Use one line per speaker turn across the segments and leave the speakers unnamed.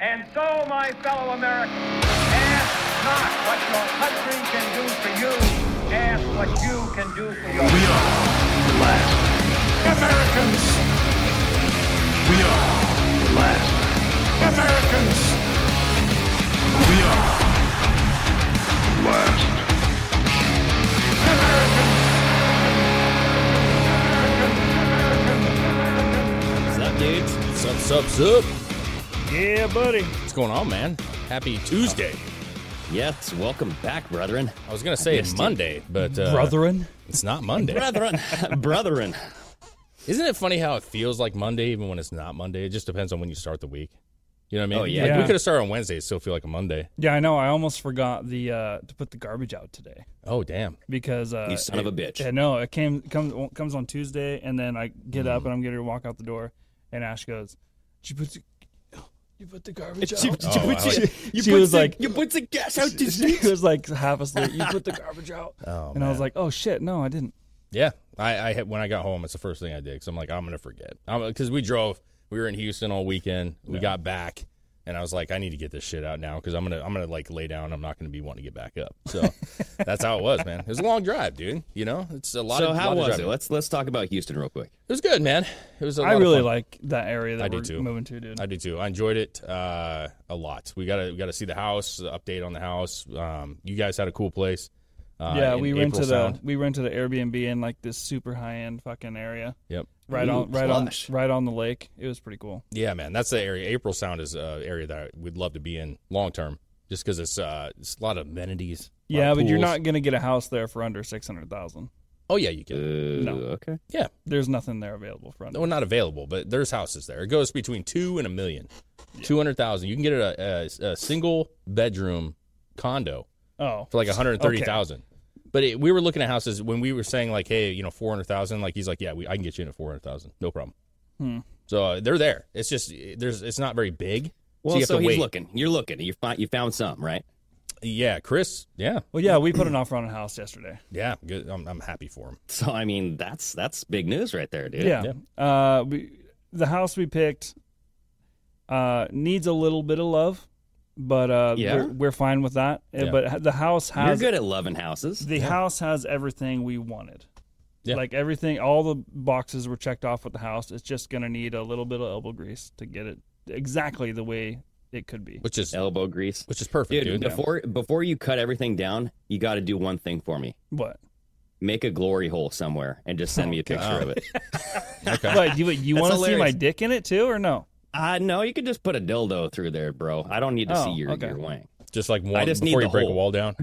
And so, my fellow Americans, ask not what your country can do for you, ask what you can do for your
We are the last Americans. We are the last Americans. We are the last
Sup, dudes? Sup, sup, sup.
Yeah, buddy.
What's going on, man? Happy Tuesday.
Yes, welcome back, brethren.
I was going to say it's
missed it.
Monday, but uh,
Brethren.
it's not Monday.
Brethren, brethren.
Isn't it funny how it feels like Monday even when it's not Monday? It just depends on when you start the week. You know what I mean?
Oh, yeah.
Like, we
Yeah.
could have started on Wednesday, it still feel like a Monday.
Yeah, I know. I almost forgot the uh, to put the garbage out today
Oh, damn.
because uh,
You son of a
it-
bitch.
Yeah, no, it came comes comes on Tuesday, and then I get up and I'm getting to walk out the door, and Ash goes, "Did you put the, you put the garbage out?"
Oh, I like-
she was like,
you put the gas
she was like half asleep. You put the garbage out, and I was like, "Oh shit, no, I didn't."
Yeah, I, I had- when I got home, it's the first thing I did because I'm like, I'm gonna forget because we drove. We were in Houston all weekend. We got back, and I was like, I need to get this shit out now because I'm gonna I'm gonna like lay down. I'm not gonna be wanting to get back up. So that's how it was, man. It was a long drive, dude. You know, it's a lot.
So
of,
how
lot of
was it?
driving.
Let's let's talk about Houston real quick.
It was good, man. It was. A
I
lot of
really
fun.
like that area that
I do
we're
too.
moving to, dude.
I do too. I enjoyed it uh, a lot. We gotta we gotta see the house. The update on the house. Um, you guys had a cool place. Uh,
yeah,
in
we
April
rented
Sound.
a we rented an Airbnb in like this super high end fucking area,
Yep.
right
Ooh,
on right
plush.
on right on the lake. It was pretty cool.
Yeah, man, that's the area. April Sound is an area that I would love to be in long term, just because it's, uh, it's a lot of amenities. a lot
Yeah,
of
but you're
pools.
not gonna get a house there for under six hundred thousand.
Oh yeah, you
Uh,
can.
Okay.
yeah,
There's nothing there available for under.
well, not available, but there's houses there. It goes between two and a million, two hundred thousand. You can get a, a, a single bedroom condo
Oh,
for like one hundred thirty thousand. But it, we were looking at houses when we were saying like, hey, you know, four hundred thousand. Like he's like, yeah, we, I can get you in at four hundred thousand, no problem.
Hmm.
So uh, they're there. It's just there's it's not very big.
Well, so,
so you have to
he's
wait.
looking. You're looking. You found you found some, right?
Yeah, Chris. Yeah,
Well, yeah, we put an offer on a house yesterday.
yeah. Good. I'm, I'm happy for him.
So I mean, that's that's big news right there, dude.
Yeah, Uh, we the house we picked uh needs a little bit of love, but uh,
Yeah?
we're, we're fine with that. Uh,
Yeah.
But the house
You're
has
good at loving houses.
the house has everything we wanted.
Yeah.
Like everything, all the boxes were checked off with the house. It's just gonna need a little bit of elbow grease to get it exactly the way it could be.
which is
Elbow grease.
which is perfect,
Dude,
dude.
before before you cut everything down, you got to do one thing for me.
What?
Make a glory hole somewhere and just
Oh,
send me a picture of it.
What you you
That's
want to see my
hilarious.
dick in it too, or no?
Uh, no, you could just put a dildo through there, bro. I don't need to
Oh,
see your,
okay.
your wang.
Just like one
I just need
before
the
you break a
hole.
wall down,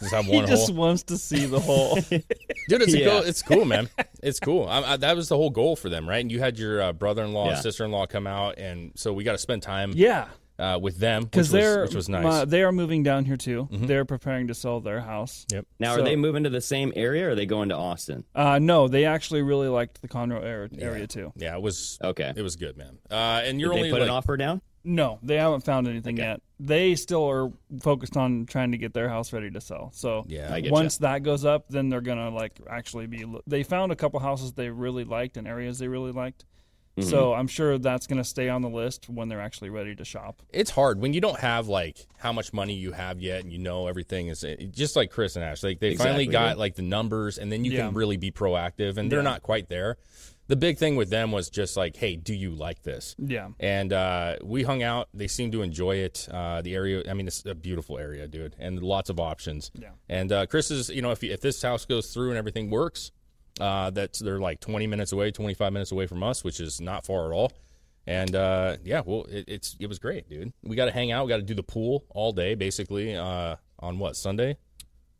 just have one
he just
hole.
wants to see the whole.
Dude, it's a
Yeah.
cool, it's cool, man. It's cool. I, I, that was the whole goal for them, right? And you had your uh, brother-in-law, and
Yeah.
sister-in-law come out, and so we got to spend time
yeah,
uh, with them,
because
which was,
they're
which was nice. Mm-hmm.
my- they are moving down here too. They're preparing to sell their house.
yep.
Now,
So-
are they moving to the same area or are they going to Austin?
Uh, no, they actually really liked the Conroe area, area too.
Yeah, it was
Okay.
It was good, man. Uh, and you're
Oh, Did
only
they put
like,
an offer down?
No, they haven't found anything yet. They still are focused on trying to get their house ready to sell. So
Yeah.
I get
once that goes up, then they're gonna like actually be. lo- They found a couple houses they really liked and areas they really liked.
Mm-hmm.
So I'm sure that's gonna stay on the list when they're actually ready to shop.
it's hard when you don't have like how much money you have yet and you know everything is it- just like chris and ash like they finally
Exactly,
got
yeah.
like the numbers and then you
Yeah.
can really be proactive and they're not quite there the big thing with them was just like hey do you like this
Yeah.
and uh, we hung out they seemed to enjoy it uh, the area i mean it's a beautiful area dude and lots of options
Yeah.
and uh, chris is you know if, if this house goes through and everything works uh, that's they're like 20 minutes away 25 minutes away from us which is not far at all and uh, yeah, well, it, it's it was great, dude. We got to hang out. We got to do the pool all day, basically. Uh, on what Sunday?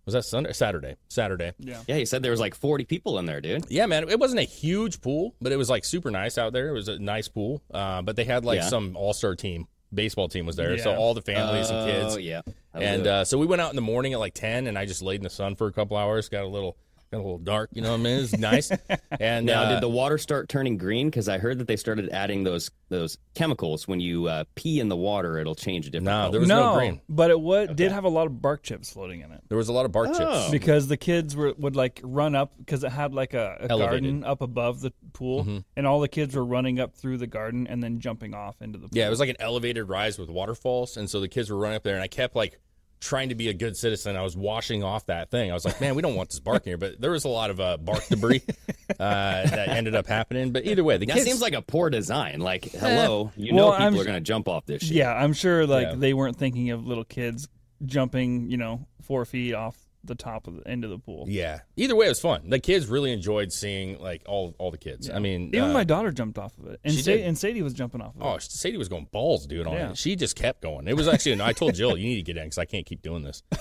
Was that Sunday? Saturday? Saturday.
Yeah, you said there was like 40 people in there, dude.
Yeah, man. It wasn't a huge pool, but it was like super nice out there. It was a nice pool. Uh, but they had like
Yeah.
some all star team baseball team was there, so
Yeah.
all the families and kids.
Oh, yeah. I
And
love
uh, so we went out in the morning at like ten, and I just laid in the sun for a couple hours. Got a little, got a little dark. You know what I mean? It was nice. And
it. now,
uh,
did the water start turning green? Because I heard that they started adding those those chemicals when you uh, pee in the water, it'll change a different.
No,
color.
there was no green.
but it wa did have a lot of bark chips floating in it
there was a lot of bark
Oh.
chips.
because the kids were would like run up because it had like a, a
Elevated. Mm-hmm.
garden up above the pool, and all the kids were running up through the garden and then jumping off into the pool.
Yeah, it was like an elevated rise with waterfalls, and so the kids were running up there, and I kept like trying to be a good citizen. I was washing off that thing. I was like, man, we don't want this bark in here, but there was a lot of uh, bark debris uh, that ended up happening. But either way, the
That
kids
seems like a poor design. Like, hello, you
Well,
know people
I'm
are
s-
going to jump off this shit.
Yeah, I'm sure like
Eh, Yeah.
they weren't thinking of little kids jumping, you know, four feet off the top of the end of the pool.
Yeah. Either way, it was fun. The kids really enjoyed seeing like all all the kids. I mean,
Even
uh,
my daughter jumped off of it, and
she
Sa-
did.
and Sadie was jumping off of it.
oh, Sadie was going balls, dude. On
Yeah.
it. she just kept going. It was actually. and I told Jill, you need to get in because I can't keep doing this. I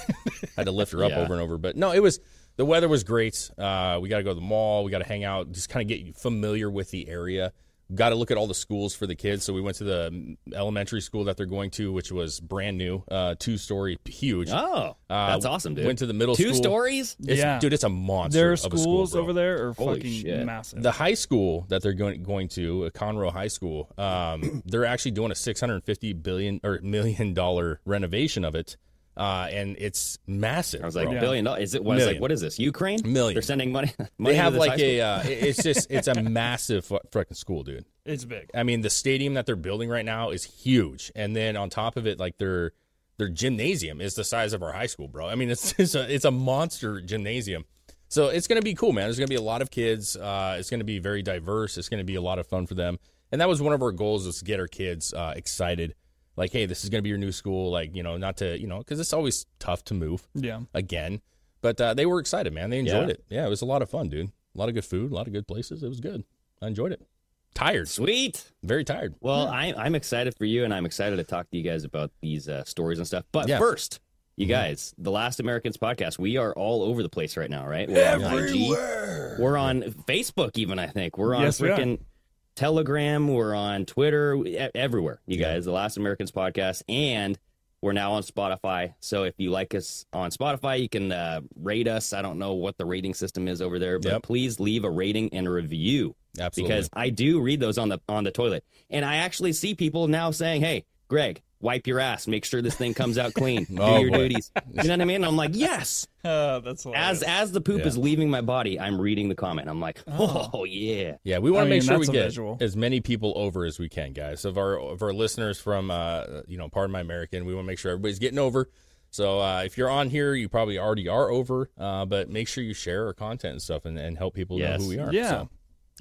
had to lift her up
Yeah.
over and over. But no, it was the weather was great. Uh, we got to go to the mall. We got to hang out. Just kind of get familiar with the area. Got to look at all the schools for the kids. So we went to the mm, elementary school that they're going to, which was brand new, uh, two story, huge.
Oh,
Uh,
that's awesome, dude.
went to the middle
Two
school.
stories?
It's,
Ah, Yeah.
dude, it's a monster.
Their
Oh, of a school,
schools
bro.
over there are
Holy
fucking
shit.
massive.
The high school that they're going going to, uh, Conroe High School, um, they're actually doing a six hundred fifty billion or million dollar renovation of it, uh, and it's massive.
I was like,
bro.
billion dollars. Is it? What, I was like,
Million.
what is this? Ukraine?
Million.
They're sending money. money
they
to
have
this high
like
school?
a, uh, it- it's just it's a massive fu- fucking school, dude.
it's big.
I mean, the stadium that they're building right now is huge, and then on top of it, like their their gymnasium is the size of our high school, bro. I mean, it's it's a it's a monster gymnasium. So it's gonna be cool, man. There's gonna be a lot of kids. Uh, it's gonna be very diverse. It's gonna be a lot of fun for them. And that was one of our goals is to get our kids uh, excited. Like, hey, this is gonna be your new school. Like, you know, not to you know, because it's always tough to move
Yeah.
again. But uh, they were excited, man. They enjoyed
Yeah.
it. Yeah, it was a lot of fun, dude. A lot of good food, a lot of good places. It was good. I enjoyed it. Tired,
Sweet.
very tired.
Well, I, I'm excited for you, and I'm excited to talk to you guys about these uh, stories and stuff. But
Yeah. Mm-hmm.
first, you guys, the Last Americans podcast, we are all over the place right now, right? We're on IG. We're on Facebook, even, I think. We're on
Yes, we are.
freaking Telegram. We're on Twitter, e- everywhere, you guys, the Last Americans podcast. And we're now on Spotify. So if you like us on Spotify, you can uh, rate us. I don't know what the rating system is over there, but
Yep.
please leave a rating and a review
Absolutely.
because I do read those on the on the toilet, and I actually see people now saying, "Hey, Greg, wipe your ass. Make sure this thing comes out clean. Do
Oh,
your
boy.
duties." You know what I mean? I'm like, yes.
Uh, that's hilarious.
As as the poop
Yeah.
is leaving my body, I'm reading the comment. I'm like, oh, yeah.
Yeah, we
I
want to
mean,
make sure we
that's a
get
visual.
as many people over as we can, guys. Of our of our listeners from uh, you know, pardon my American, we want to make sure everybody's getting over. So uh, if you're on here, you probably already are over, uh, but make sure you share our content and stuff and, and help people
Yes.
know who we are.
Yeah.
So,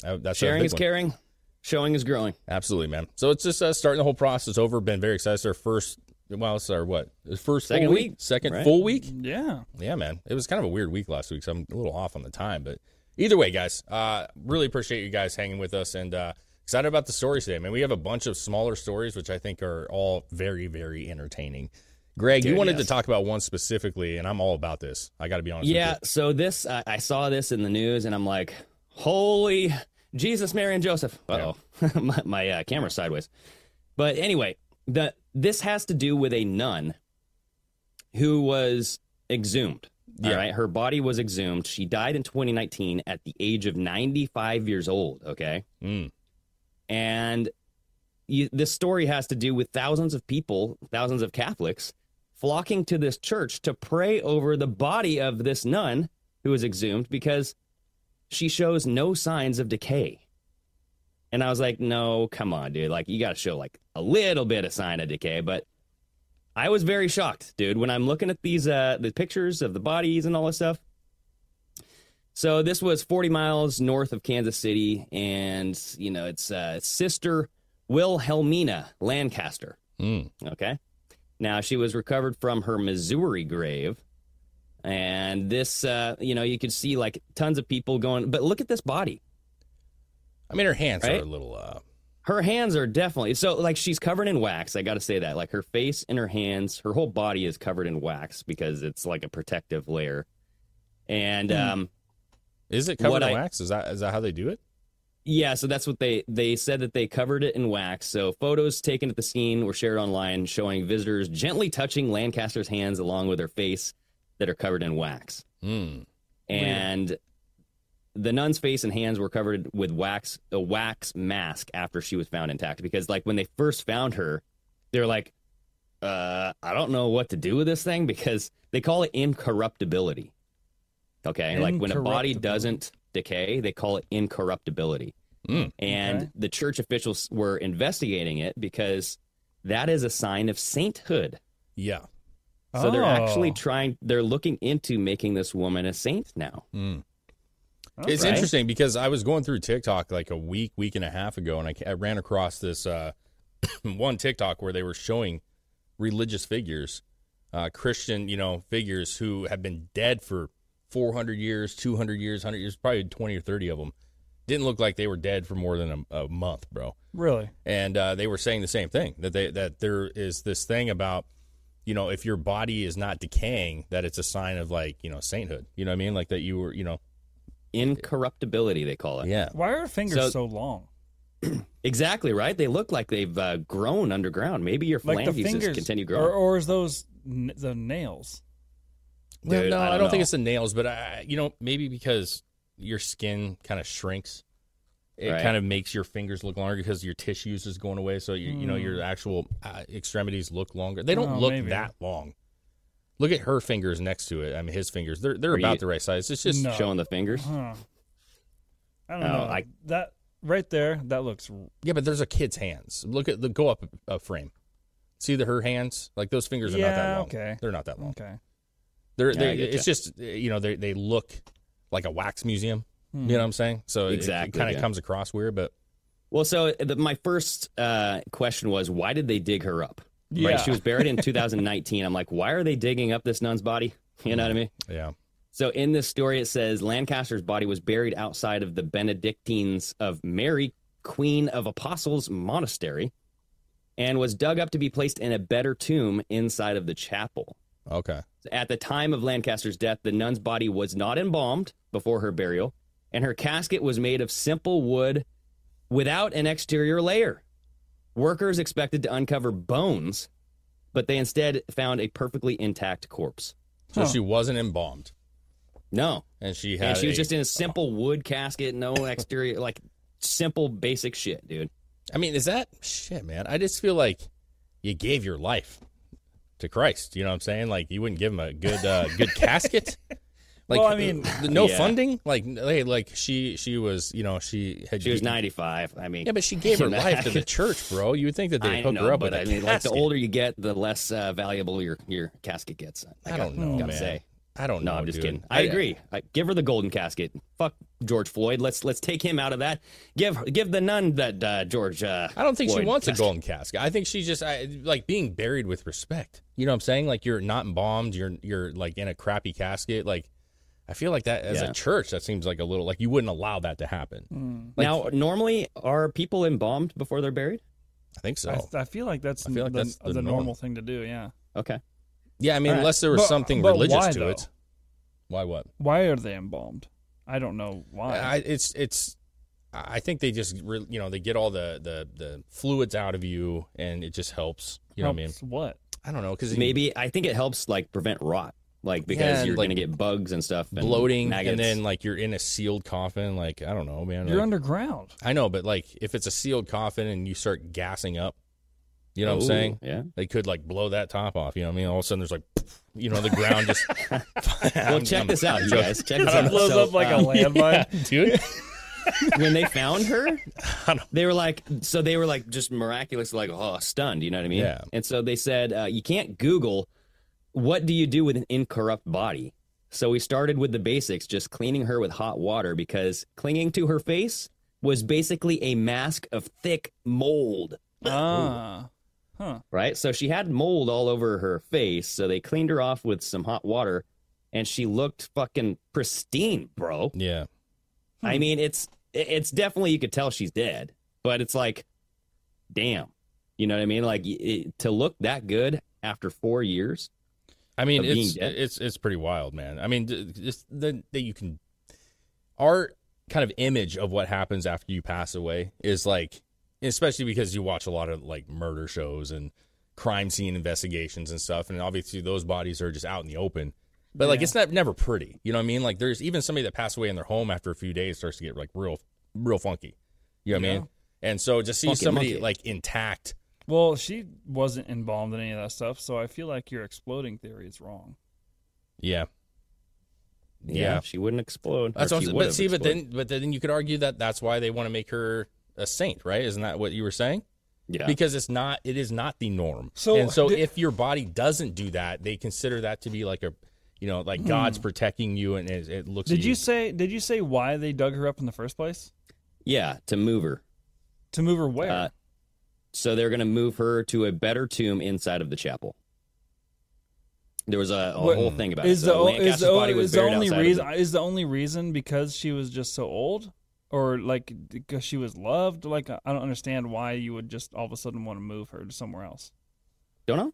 uh, that's a
Sharing
big
is
one.
caring. Showing is growing.
Absolutely, man. So it's just uh, starting the whole process over. Been very excited. It's our first, well, it's our what? First full
Second
week,
week,
second
right?
full week.
yeah.
Yeah, man. It was kind of a weird week last week, so I'm a little off on the time. But either way, guys, uh, really appreciate you guys hanging with us and uh, excited about the stories today, man. We have a bunch of smaller stories, which I think are all very, very entertaining. Greg, you
Dude,
wanted
yes.
to talk about one specifically, and I'm all about this. I got to be honest
Yeah.
with
So this, I I saw this in the news, and I'm like, holy Jesus, Mary, and Joseph. Uh oh, my, my uh, camera's sideways. But anyway, the this has to do with a nun who was exhumed. All
Yeah.
right, her body was exhumed. She died in 2019 at the age of 95 years old. Okay
you. Mm.
and you, this story has to do with thousands of people, thousands of Catholics, flocking to this church to pray over the body of this nun who was exhumed because she shows no signs of decay. And I was like, no, come on, dude. Like, you got to show like a little bit of sign of decay. But I was very shocked, dude, when I'm looking at these uh, the pictures of the bodies and all this stuff. So this was 40 miles north of Kansas City, and you know it's uh, sister Wilhelmina Lancaster.
Mm.
Okay, now she was recovered from her Missouri grave, and this uh, you know you could see like tons of people going. But look at this body;
I mean, her hands
Right?
are a little. Uh,
her hands are definitely so like she's covered in wax. I got to say that, like her face and her hands, her whole body is covered in wax because it's like a protective layer. And um,
is it covered
What
in
I-
wax? Is that is that how they do it?
Yeah, so that's what they they said that they covered it in wax. So photos taken at the scene were shared online showing visitors gently touching Lancaster's hands along with her face that are covered in wax.
Hmm.
And the nun's face and hands were covered with wax a wax mask after she was found intact because like when they first found her, they were like uh I don't know what to do with this thing because they call it incorruptibility. Okay? Like when a body
Incorruptibility.
doesn't decay, they call it incorruptibility.
Mm.
And
Okay.
the church officials were investigating it because that is a sign of sainthood.
Yeah.
So they're actually
Oh.
trying, they're looking into making this woman a saint now.
It's
Right?
interesting because I was going through TikTok like a week, week and a half ago, and I, I ran across this uh, one TikTok where they were showing religious figures, uh, Christian, you know, figures who have been dead for 400 years, 200 years, 100 years, probably 20 or 30 of them. Didn't look like they were dead for more than a, a month, bro.
Really?
And uh, they were saying the same thing that they that there is this thing about, you know, if your body is not decaying, that it's a sign of like you know sainthood. You know what I mean? Like that you were, you know,
Incorruptibility, they call it.
yeah.
Why are her fingers
So-
so, long?
Exactly right. They look like they've uh, grown underground. Maybe your
Like the
phalanges
fingers
continue growing.
or, or is those n- the nails?
Well,
Dude,
no,
I
I
don't
don't, think
know.
it's the nails, but I, you know, maybe because your skin kind of shrinks, it
Right.
kind of makes your fingers look longer because your tissues is going away. So you, you know, your actual uh, extremities look longer. They don't
Oh,
look
maybe.
that long. Look at her fingers next to it. I mean, his fingers. They're they're
Are
about
you-
the right size. It's just
No.
Showing the fingers.
Huh. I don't
No,
know.
I-
that right there, that looks
yeah, but there's a kid's hands. Look at the go up a frame. See the her hands? Like those fingers are not that
Yeah,
long.
okay.
They're not that long.
okay.
They're,
Yeah, I
they,
get
it's just you know they they look like a wax museum. You know what I'm saying? So it- it,
Hmm. Exactly,
kind of
yeah.
comes across weird, but
Well, so uh, the, my first uh, question was why did they dig her up?
Yeah.
Right? She was buried in 2019. I'm like, why are they digging up this nun's body? You know what I mean?
yeah.
So in this story, it says Lancaster's body was buried outside of the Benedictines of Mary, Queen of Apostles Monastery, and was dug up to be placed in a better tomb inside of the chapel.
Okay.
At the time of Lancaster's death, the nun's body was not embalmed before her burial, and her casket was made of simple wood without an exterior layer. Workers expected to uncover bones, but they instead found a perfectly intact corpse.
So
Huh.
she wasn't embalmed,
No,
and she had.
and she was
a-
just in a simple wood casket, no exterior, like simple basic shit, dude.
I mean, is that shit, man? I just feel like you gave your life to Christ. You know what I'm saying? Like you wouldn't give him a good, uh, good casket. Like, uh,
Well, I mean-
th- no
Yeah.
funding. Like, hey, like she, she was, you know, she had.
She was 95. I mean,
Yeah, but she gave her
Nah.
life to the church, bro. You would think that they
I
hook
know,
her up
but
with a
I mean, like the
casket.
older you get, the less uh, valuable your your casket gets.
I,
got-
don't know,
gotta
man.
say.
I don't know.
No, I'm just
dude.
kidding. I, agree. I, give her the golden casket. Fuck George Floyd. Let's let's take him out of that. Give give the nun that uh, George. Uh,
I don't think
Floyd
she wants
casket.
a golden casket. I think she's just I, like being buried with respect. You know what I'm saying? Like you're not embalmed. You're you're like in a crappy casket. Like I feel like that as
Yeah.
a church, that seems like a little like you wouldn't allow that to happen.
Mm.
now, normally, are people embalmed before they're buried?
I think so.
I, I feel like that's
I feel like
the,
that's the
the, normal.
norm.
thing to do. Yeah.
Okay.
yeah, I mean,
All right.
unless there was
But-
something
but
religious
why,
to
though?
it. Why what?
Why are they embalmed? I don't know why.
I, it's it's. I think they just re, you know they get all the, the the fluids out of you and it just helps. You know what I mean?
Helps what?
I don't know because
Maybe I think it helps like prevent rot, like because
Yeah, and,
you're
like,
gonna get bugs and stuff, and
bloating
maggots.
and then like you're in a sealed coffin. Like I don't know, man.
You're
like-
underground.
I know, but like if it's a sealed coffin and you start gassing up, you know what I'm saying?
yeah.
They could like blow that top off. You know what I mean? All of a sudden there's like, you know, the ground just.
Well, check this out, you guys. Check this
It
out.
blows
So,
up like
uh,
a landmine.
dude.
when they found her, they were like, so they were like just miraculously like, oh, stunned. You know what I mean?
Yeah.
And so they said, uh, you can't Google what do you do with an incorrupt body. So we started with the basics, just cleaning her with hot water because clinging to her face was basically a mask of thick mold.
Ah.
Right. So she had mold all over her face. So they cleaned her off with some hot water and she looked fucking pristine, bro.
Yeah.
Hmm.
I mean, it's it's definitely you could tell she's dead, but it's like, damn, you know what I mean? Like y- it, to look that good after four years.
I mean,
Of being
it's
dead.
it's it's pretty wild, man. I mean, th- just the- that you can art kind of image of what happens after you pass away is like, especially because you watch a lot of like murder shows and crime scene investigations and stuff, and obviously those bodies are just out in the open. But like,
Yeah.
it's not never pretty. You know what I mean? Like, there's even somebody that passed away in their home after a few days starts to get like real, real funky. You know what I mean? And so just see
Funky
somebody
monkey.
like intact.
Well, she wasn't involved in any of that stuff, so I feel like your exploding theory is wrong.
Yeah.
Yeah,
Yeah.
she wouldn't explode.
That's
Or
what I'm
she
saying.
would
But
have
see, but
exploded.
then, but then you could argue that that's why they want to make her a saint, right? Isn't that what you were saying?
yeah,
Because it's not, it is not the norm.
So-
and so,
th-
if your body doesn't do that, they consider that to be like a, you know,
Hmm.
like God's protecting you, and it, it looks. at
Did you say did you say why they dug her up in the first place?
yeah, to move her.
To move her where?
Uh, so they're going to move her to a better tomb inside of the chapel. There was a, a
What-
whole thing about
is
it.
the,
So
o- is
Lancaster's
the, o-
body was
is the
buried
only
outside of
reason is the only reason because she was just so old or like because she was loved like i don't understand why you would just all of a sudden want to move her to somewhere else
the- don't know.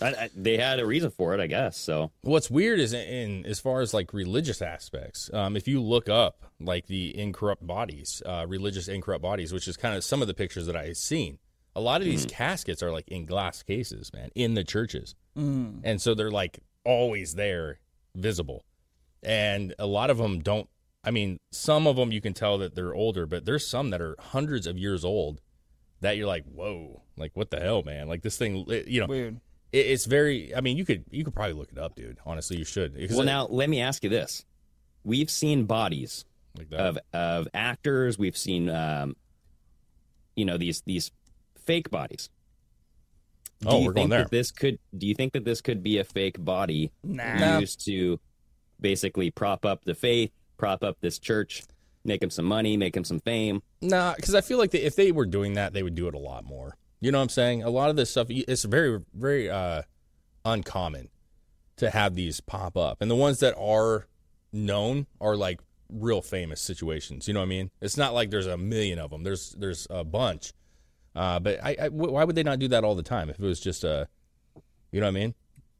I, I, they had a reason for it, I guess. So
What's weird is in as far as like religious aspects. Um, if you look up like the incorrupt bodies, uh, religious incorrupt bodies, which is kind of some of the pictures that I had seen. A lot of these caskets are like in glass cases, man, in the churches, and so they're like always there, visible. And a lot of them don't. I mean, some of them you can tell that they're older, but there's some that are hundreds of years old that you're like, whoa, like what the hell, man? Like this thing, eh, you know,
weird
it, it's very. I mean, you could you could probably look it up, dude. Honestly, you should. Because
well,
it-
now let me ask you this: We've seen bodies
like that.
of of actors. We've seen, um, you know, these these fake bodies. Do
oh,
you
we're going
think
there.
That this could. Do you think that this could be a fake body
Nah.
used to basically prop up the faith, prop up this church, make him some money, make him some fame?
Nah, because I feel like they, if they were doing that, they would do it a lot more. You know what I'm saying? A lot of this stuff, it's very, very uh, uncommon to have these pop up. And the ones that are known are like real famous situations. You know what I mean? It's not like there's a million of them. There's there's a bunch. Uh, but I, I, wh- why would they not do that all the time if it was just a, you know what I mean?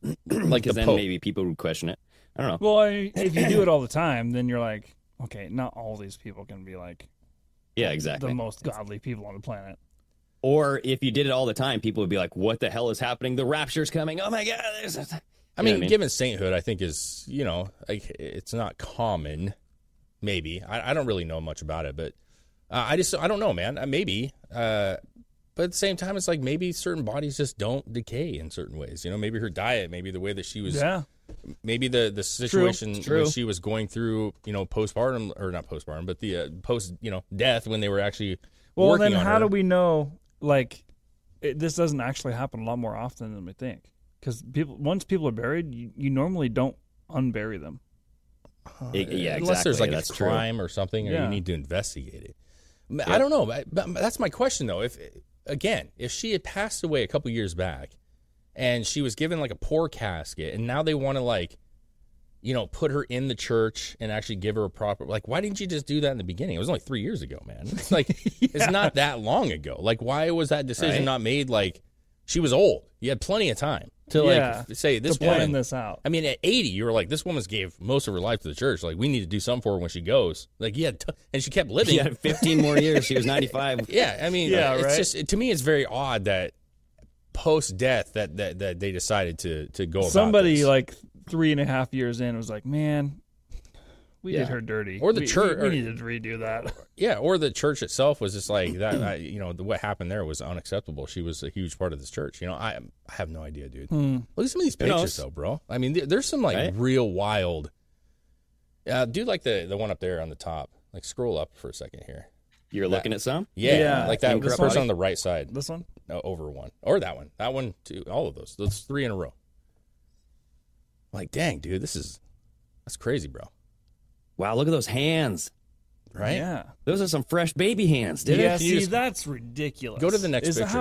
Like the
Because then
Pope.
maybe people would question it. I don't know.
well I- if you do it all the time then you're like okay not all these people can be like
Yeah, exactly.
the most godly people on the planet
or if you did it all the time, people would be like, "What the hell is happening? The rapture's coming! Oh my god!" There's a...
I
You know
mean,
what I mean?
given sainthood, I think is you know like it's not common. Maybe I, I don't really know much about it, but uh, I just I don't know, man. Uh, maybe, uh, but at the same time, it's like maybe certain bodies just don't decay in certain ways. You know, maybe her diet, maybe the way that she was,
yeah
maybe the the situation
It's true.
when she was going through, you know, postpartum or not postpartum, but the uh, post, you know, death when they were actually.
well
working
then
on
how
her.
do we know like it, this doesn't actually happen a lot more often than we think because people once people are buried you, you normally don't unbury them
It- yeah,
Oh, Unless there's
exactly.
like
That's
a
true.
crime or something, or you
Yeah.
need to investigate it. M- I don't know, but, but that's my question though. If again, if she had passed away a couple years back, and she was given like a poor casket, and now they want to like, you know, put her in the church and actually give her a proper like, why didn't you just do that in the beginning? It was only three years ago, man. It's like it's not that long ago. Like, why was that decision
Right.
not made? Like, she was old. You had plenty of time to like
Yeah.
f- say this
to plan
woman.
this out
I mean, at 80, you were like, this woman's gave most of her life to the church. Like, we need to do something for her when she goes. Like, yeah, t- and she kept living.
She had 15 more years. She was 95.
Yeah, I mean,
Yeah,
it's
right.
just to me, it's very odd that post death that, that that they decided to to go. about
somebody
this.
like three and a half years in was like, man, we
Yeah.
did her dirty.
Or the
We-
church-
We,
or-
we needed to redo that.
yeah, or the church itself was just like that. I, you know, the, what happened there was unacceptable. She was a huge part of this church. You know, I I have no idea, dude.
Hmm.
Look at some of these pictures,
knows?
though, bro. I mean, there- there's some like
Right?
real wild. Uh, do like the the one up there on the top. Like, scroll up for a second here.
You're looking at some.
Yeah,
Yeah,
like that
this
person
one?
on the right side.
This one?
No, over one or that one, that one, two, all of those. Those three in a row. Like, dang, dude, this is that's crazy, bro.
Wow, look at those hands.
Right?
Yeah.
Those are some fresh baby hands, dude.
yeah,
Can you
see,
just-
that's ridiculous.
Go to the next
Is it
picture.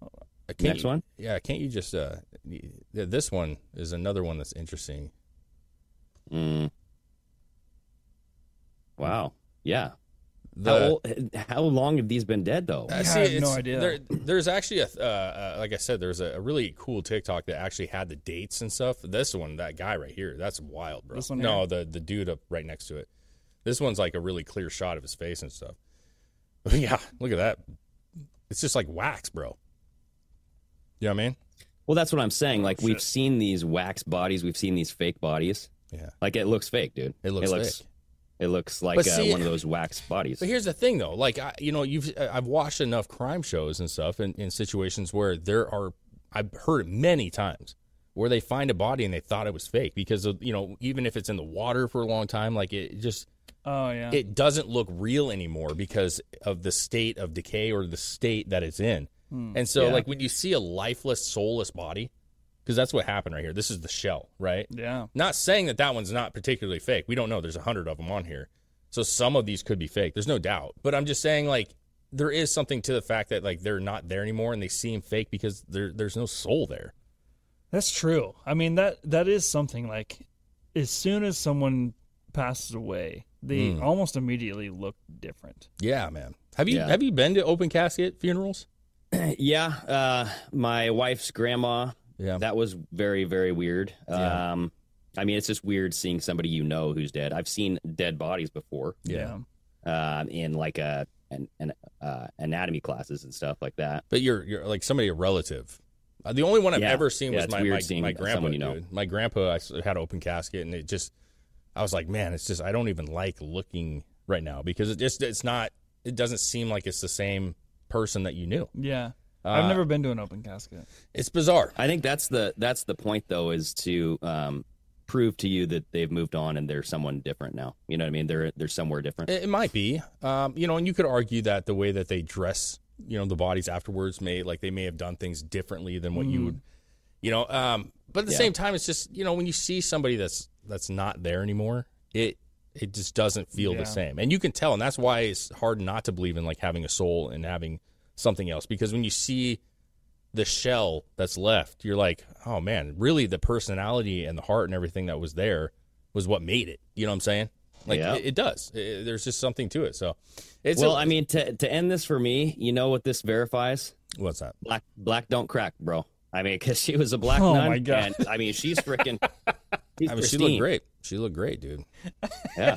Uh, can't
Next
you-
one?
Yeah, can't you just uh, y- th- this one is another one that's interesting.
Mm. Wow. Yeah.
The-
how, how long have these been dead though?
I
Yeah,
see,
I have no
it's-
idea.
There, there's actually a, uh, uh, like I said, there's a, a really cool TikTok that actually had the dates and stuff. This one, that guy right here, that's wild, bro.
This one
no, the the dude up right next to it. This one's like a really clear shot of his face and stuff. yeah, look at that. It's just like wax, bro. You know what I mean?
Well, that's what I'm saying. Like we've seen these wax bodies, we've seen these fake bodies.
Yeah.
Like it looks fake, dude.
It looks fake.
It looks like
But
uh,
see-
one of those wax bodies.
But here's the thing, though. Like, I, you know, you've uh, I've watched enough crime shows and stuff, in, in situations where there are, I've heard it many times where they find a body and they thought it was fake because of, you know, even if it's in the water for a long time, like it just
Oh yeah.
it doesn't look real anymore because of the state of decay or the state that it's in. And so,
Yeah.
like when you see a lifeless, soulless body, because that's what happened right here. This is the shell, right?
yeah.
Not saying that that one's not particularly fake. We don't know. There's a hundred of them on here, so some of these could be fake. There's no doubt. But I'm just saying, like, there is something to the fact that like they're not there anymore, and they seem fake because there there's no soul there.
That's true. I mean that that is something like as soon as someone passes away, they
Hmm.
almost immediately look different.
Yeah, man. Have you
Yeah.
have you been to open casket funerals?
yeah. Uh, my wife's grandma.
Yeah.
That was very very weird.
Yeah.
Um, I mean, it's just weird seeing somebody you know who's dead. I've seen dead bodies before.
Yeah.
Um, in like a an, an uh, anatomy classes and stuff like that.
But you're you're like somebody a relative. Uh, the only one I've
Yeah.
ever seen
Yeah,
was
it's
my
weird
my,
seeing
my grandpa.
someone you know.
Dude. My grandpa I s- had an open casket, and it just I was like, man, it's just I don't even like looking right now because it just it's not it doesn't seem like it's the same person that you knew.
Yeah. I've
Uh,
never been to an open casket.
It's bizarre.
I think that's the that's the point though is to um, prove to you that they've moved on and they're someone different now. You know what I mean? They're they're somewhere different.
It, it might be, um, you know, and you could argue that the way that they dress, you know, the bodies afterwards may like they may have done things differently than what you would, you know. Um, but at
Mm-hmm.
the
Yeah.
same time, it's just you know when you see somebody that's that's not there anymore, it it just doesn't feel
Yeah.
the same, and you can tell, and that's why it's hard not to believe in like having a soul and having something else because when you see the shell that's left, you're like, oh man, really the personality and the heart and everything that was there was what made it. You know what I'm saying? Like
Yeah.
it, it does. It- there's just something to it. So it's
well,
I
I mean, to to end this for me, you know what this verifies?
what's that?
Black black don't crack, bro. I mean, because she was a black
Oh,
nun.
my God.
And, I mean, she's freaking. she's
I mean, she
pristine.
looked great. She looked great, dude.
Yeah.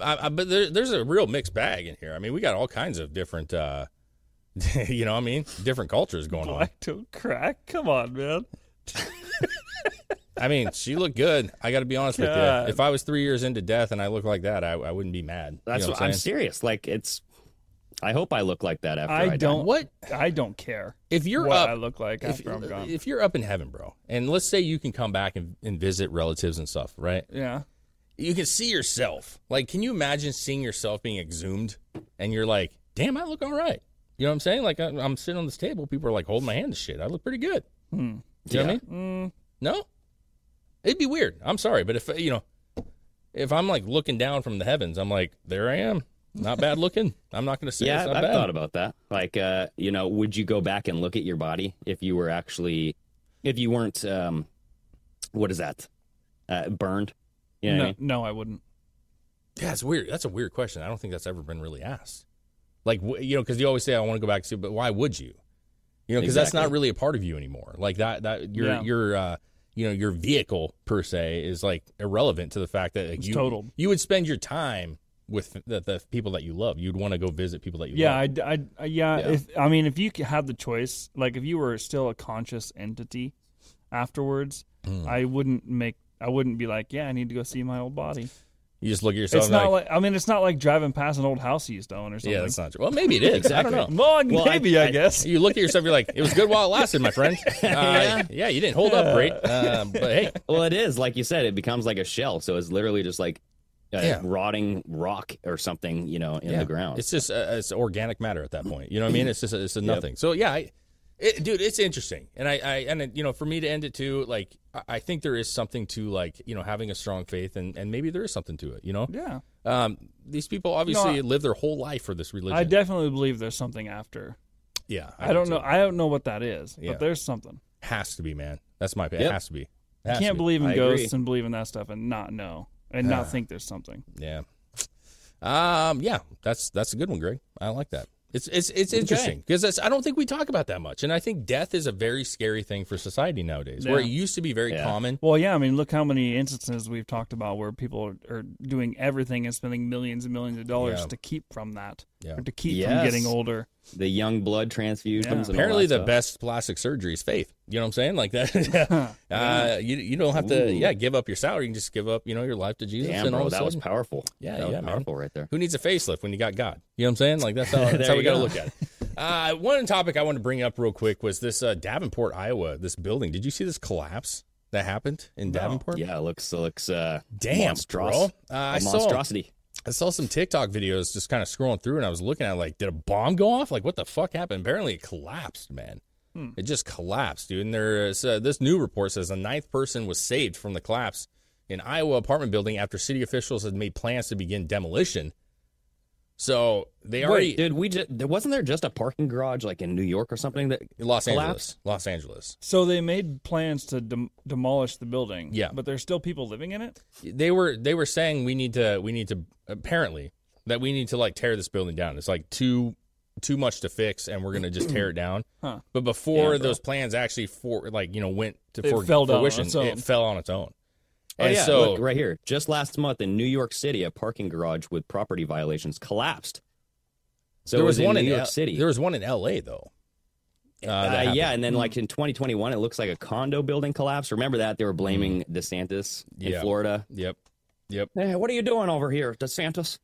I, I, but there, there's a real mixed bag in here. I mean, we got all kinds of different, uh, you know, what I mean, different cultures going on.
Black Oh, don't crack. Come on, man.
I mean, she looked good. I got to be honest with
God.
you. If I was three years into death and I looked like that, I, I wouldn't be mad.
That's
you know
what
what I'm
I'm
saying?
serious. Like it's. I hope I look like that after I,
I
die.
don't.
What
I don't care
if you're
what
up?
I look like
if, uh,
after I'm gone.
if you're up in heaven, bro, and let's say you can come back and, and visit relatives and stuff, right?
yeah.
You can see yourself. Like, can you imagine seeing yourself being exhumed and you're like, damn, I look all right? You know what I'm saying? Like, I, I'm sitting on this table. People are like holding my hand and shit. I look pretty good.
Hmm.
You know what I mean? No? It'd be weird. I'm sorry. But if, you know, if I'm like looking down from the heavens, I'm like, there I am. Not bad looking. I'm not going to say
Yeah,
it's
I've
not bad.
thought about that. Like, uh, you know, would you go back and look at your body if you were actually, if you weren't, um, what is that, uh, burned? You know
no,
what I mean?
no, I wouldn't.
Yeah, it's weird. That's a weird question. I don't think that's ever been really asked. Like, wh- you know, because you always say, "I want to go back to," but why would you? You know, because that's not
Exactly.
really a part of you anymore. Like that, that your
Yeah.
your uh, you know your vehicle per se is like irrelevant to the fact that like,
It's
you
totaled.
you would spend your time with the, the people that you love. You'd want to go visit people that you
Yeah,
love.
I, I, I- yeah,
Yeah.
If I mean, if you c- had the choice, like if you were still a conscious entity afterwards,
Hmm.
I wouldn't make. I wouldn't be like, yeah, I need to go see my old body.
you just look at yourself.
it's
and
not
like,
like, I mean, it's not like driving past an old house you used to own or something.
yeah, that's not true. Well, maybe it is. I don't know.
Well,
Well,
maybe I,
I-
guess.
You look at yourself. You're like, it was good while it lasted, my friend. Uh, yeah. you didn't hold up great, uh, but hey,
Well, it is like you said. It becomes like a shell, so it's literally just like a
Yeah.
rotting rock or something, you know, in the ground.
It's just uh, it's organic matter at that point. You know what I mean? It's just it's a nothing. So yeah, I, it, dude, it's interesting. And I, I and it, you know, for me to end it too, like I- I think there is something to like you know having a strong faith, and and maybe there is something to it. You know,
yeah,
um, these people obviously
I-
live their whole life for this religion.
I definitely believe there's something after.
yeah,
I, don't
do,
know.
too.
I don't know what that is,
Yeah.
but there's something.
has to be man. That's my opinion.
Yep.
It has to be. It
You
has to
can't
be.
believe in
I
ghosts
agree.
and believe in that stuff and not know and
Ah.
not think there's something.
Yeah. Um. Yeah. That's that's a good one, Greg. I like that. It's it's it's interesting because I don't think we talk about that much, and I think death is a very scary thing for society nowadays. Where
Yeah.
it used to be very
Yeah.
common,
Well, yeah, I mean, look how many instances we've talked about where people are, are doing everything and spending millions and millions of dollars
Yeah.
to keep from that,
Yeah.
or to keep
Yes.
from getting older.
The young blood transfusions.
Yeah.
and all that
apparently the
stuff.
best plastic surgery is faith. You know what I'm saying? Like that, uh, you you don't have
Ooh.
to yeah give up your salary. You can just give up you know your life to Jesus,
Damn,
and all
bro,
of a
that was
sudden,
powerful.
Yeah,
that was
yeah, man.
powerful right there.
who needs a facelift when you got God? You know what I'm saying? Like that's how
There
that's how
you
we got to
go.
look at it. Uh, one topic I wanted to bring up real quick was this uh, Davenport, Iowa. This building. Did you see this collapse that happened in Davenport?
Yeah, it looks it looks uh,
Damn,
monstros-
bro. Uh,
a
I saw
monstrosity.
I saw some TikTok videos just kind of scrolling through and I was looking at it like, did a bomb go off? Like, what the fuck happened? Apparently, it collapsed, man. It just collapsed, dude. And there's uh, this new report says a ninth person was saved from the collapse in Iowa apartment building after city officials had made plans to begin demolition. So they already
Wait, dude, we just wasn't there just a parking garage like in New York or something that
Los
collapsed?
Angeles, Los Angeles.
So they made plans to dem- demolish the building.
Yeah.
but there's still people living in it.
they were they were saying we need to we need to apparently that we need to like tear this building down. It's like too too much to fix, and we're gonna just tear it down.
Huh.
But before
Yeah, bro.
those plans actually for like you know went to
It
for,
fell down on
fruition,
its own.
it fell on its own.
Oh,
and
yeah,
so
look right here, just last month in New York City, a parking garage with property violations collapsed. So
there
it
was, one
in
in
New York
L-
City.
There was one in L.A. though. Uh, that
Uh,
happened.
yeah, and then like
Mm.
in 2021, it looks like a condo building collapsed. Remember that they were blaming DeSantis in
Mm. Yeah.
Florida.
Yep. Yep.
Hey, what are you doing over here, DeSantis?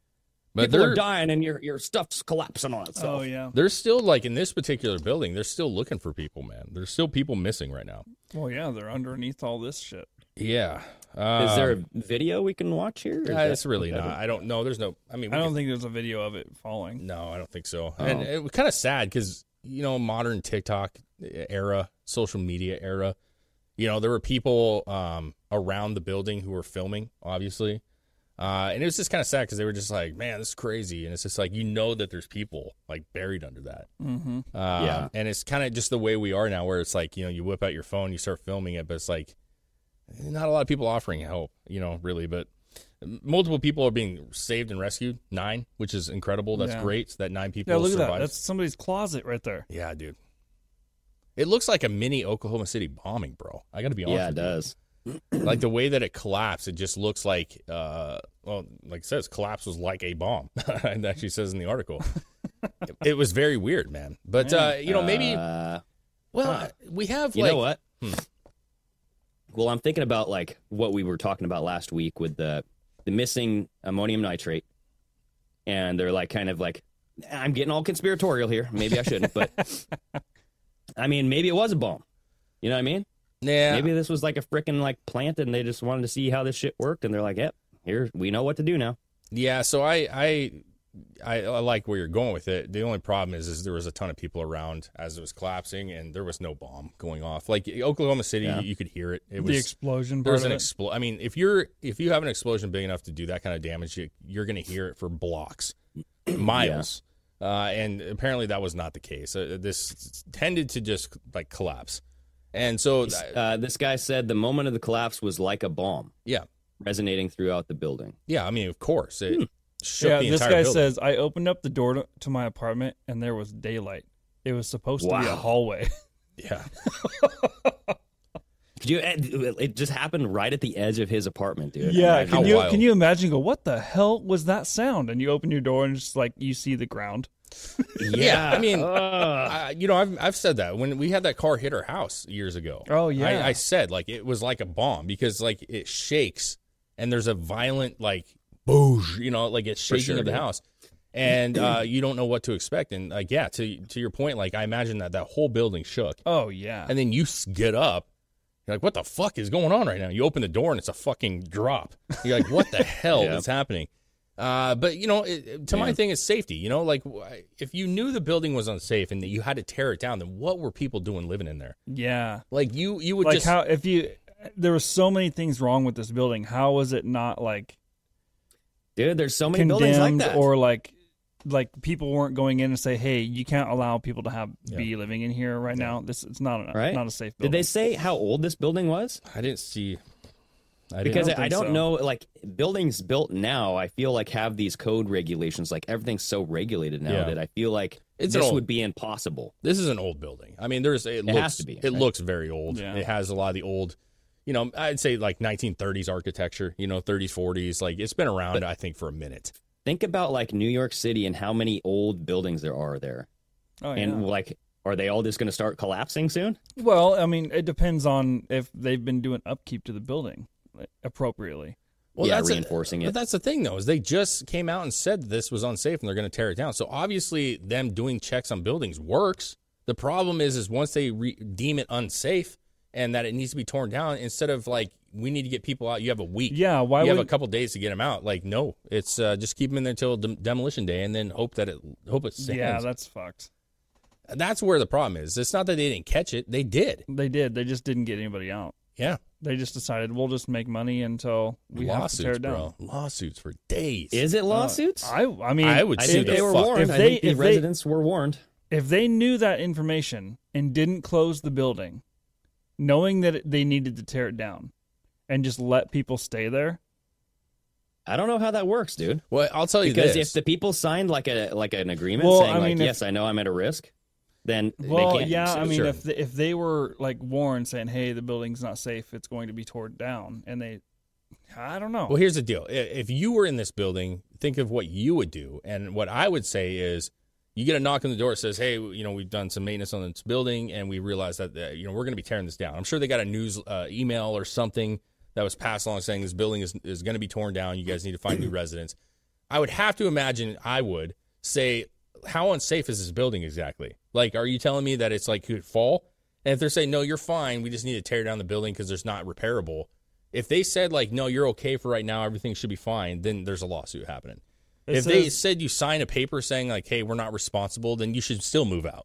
But
People are
they're
dying, and your your stuff's collapsing on itself.
oh yeah.
they're still like in this particular building. They're still looking for people, man. There's still people missing right now.
Well, yeah, they're underneath all this shit.
Yeah.
Is there
Um,
a video we can watch here? Is
uh,
that-
it's really
that-
not. I don't know. There's no. I mean, we
I
could
don't think there's a video of it falling.
No, I don't think so. And it was kind of sad because you know modern TikTok era, social media era. You know there were people um, around the building who were filming, obviously, uh, and it was just kind of sad because they were just like, "Man, this is crazy," and it's just like you know that there's people like buried under that.
Mm-hmm.
Um,
Yeah.
And it's kind of just the way we are now, where it's like, you know, you whip out your phone, you start filming it, but it's like not a lot of people offering help, you know, really. But multiple people are being saved and rescued. Nine, which is incredible. That's
Yeah.
great that nine people
Yeah, look at
survived.
that. That's somebody's closet right there.
yeah, dude. It looks like a mini Oklahoma City bombing, bro. I got to be honest.
Yeah, it
with you.
does.
Like the way that it collapsed, it just looks like, uh, well, like it says, collapse was like a bomb. it actually says in the article. it, it was very weird, man. But, uh, you know, maybe.
Uh,
Well, we have
you
like
know what? Hmm. Well, I'm thinking about like what we were talking about last week with the the missing ammonium nitrate, and they're like kind of like I'm getting all conspiratorial here. Maybe I shouldn't, but I mean, maybe it was a bomb. You know what I mean?
yeah,
Maybe this was like a freaking like plant, and they just wanted to see how this shit worked, and they're like, "Yep, here we know what to do now."
yeah. So I, I, I, I like where you're going with it. The only problem is, is there was a ton of people around as it was collapsing, and there was no bomb going off. Like Oklahoma City,
Yeah.
you could hear it. It
the
was
explosion
there
part
was
of
an
it.
expl. I mean, if you're if you have an explosion big enough to do that kind of damage, you, you're going to hear it for blocks, miles. Uh, and apparently that was not the case. Uh, this tended to just like collapse, and so
Uh, this guy said the moment of the collapse was like a bomb
yeah,
resonating throughout the building.
yeah. I mean, of course, it
Hmm.
shook
Yeah,
the
this
entire
guy
building.
says I opened up the door to, to my apartment and there was daylight. It was supposed to be a
Wow.
hallway.
yeah.
Could you? eh, It just happened right at the edge of his apartment, dude.
yeah,
how
can you
wild.
can you imagine? Go, what the hell was that sound? And you open your door and just like you see the ground.
Yeah, I mean, I, you know, I've I've said that when we had that car hit our house years ago.
Oh, yeah.
I, I said like it was like a bomb because like it shakes and there's a violent like boosh, you know, like it's shaking
sure,
of the
dude.
house, and uh, you don't know what to expect. And like yeah, to to your point, like I imagine that that whole building shook,
Oh yeah,
and then you s- get up. You're like, what the fuck is going on right now? You open the door and it's a fucking drop. You're like, what the hell
Yeah.
is happening? Uh, but you know, it, it- to my
Yeah.
thing is safety. You know, like wh- if you knew the building was unsafe and that you had to tear it down, then what were people doing living in there?
yeah.
Like you, you would
like
just
how if you there were so many things wrong with this building. How was it not like
Dude, there's so many buildings like
condemned
that.
or like like people weren't going in and say, hey, you can't allow people to have be living in here right now. This it's not a,
Right?
not a safe
Did
building.
they say how old this building was?
I didn't see. I didn't
because
know.
I don't,
think so.
know like buildings built now i feel like have these code regulations like everything's so regulated now
Yeah.
that i feel like
It's an
this
old-
would be impossible
This is an old building. I mean, there's it, looks,
has to be,
It
right?
looks very old.
Yeah.
It has a lot of the old, you know, I'd say like 1930s architecture. You know, 30s, 40s. Like it's been around, I think, for a minute.
think about like new york city and how many old buildings there are there
Oh, yeah.
and like are they all just going to start collapsing soon
Well, I mean, it depends on if they've been doing upkeep to the building like, appropriately.
yeah
that's a-
reinforcing
But
it
that's the thing, though, is they just came out and said this was unsafe and they're going to tear it down. So obviously, them doing checks on buildings works. The problem is, is once they re- deem it unsafe and that it needs to be torn down, instead of like we need to get people out, you have a week,
Yeah, why
you have a
would-
couple days to get them out. Like, no, it's uh, just keep them in there until dem- demolition day and then hope that it hope it stands.
Yeah, that's fucked.
that's where the problem is. It's not that they didn't catch it; they did.
They did. They just didn't get anybody out.
Yeah,
They just decided we'll just make money until we have to tear
lawsuits,
it down.
bro, lawsuits for days.
is it lawsuits
uh, I I mean,
I would
I
sue
think
the
they were
fuck.
warned
If
i
they-
think the
if they-
residents were warned
if they knew that information and didn't close the building, knowing that it- they needed to tear it down, and just let people stay there.
i don't know how that works dude
Well, I'll tell you
because
this.
if the people signed like a like an agreement
Well,
saying
I
like
mean, if-
yes i know i'm at a risk then they
Well,
can't
yeah,
sue.
I mean,
sure.
if they, if they were like warned saying, "Hey, the building's not safe; it's going to be torn down," and they, I don't know.
Well, here's the deal. I- If you were in this building, think of what you would do. And what I would say is you get a knock on the door that says, hey, you know, we've done some maintenance on this building and we realize that, uh, you know, we're going to be tearing this down. I'm sure they got a news uh, email or something that was passed along saying this building is, is going to be torn down. You guys need to find new residents. I would have to imagine I would say, how unsafe is this building exactly? Like, are you telling me that it's like could fall? And if they're saying, no, you're fine, we just need to tear down the building because there's not repairable. If they said, like, no, you're okay for right now, everything should be fine, then there's a lawsuit happening.
It
if they
says-
said you sign a paper saying, like, hey, we're not responsible, then you should still move out.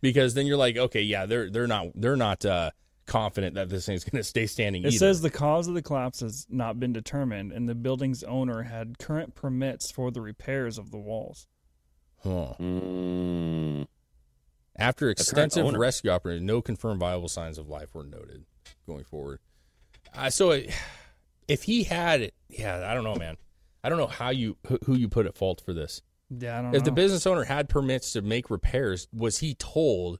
Because then you're like, okay, yeah, they're they're not they're not uh, confident that this thing's going to stay standing.
It
either.
says the cause of the collapse has not been determined, and the building's owner had current permits for the repairs of the walls.
Huh.
Mm.
After extensive
owner.
rescue operation, no confirmed viable signs of life were noted going forward. Uh, so, it, if he had, it- yeah, I don't know, man. I don't know how you who- who you put at fault for this.
Yeah, I don't
If
know.
the business owner had permits to make repairs, was he told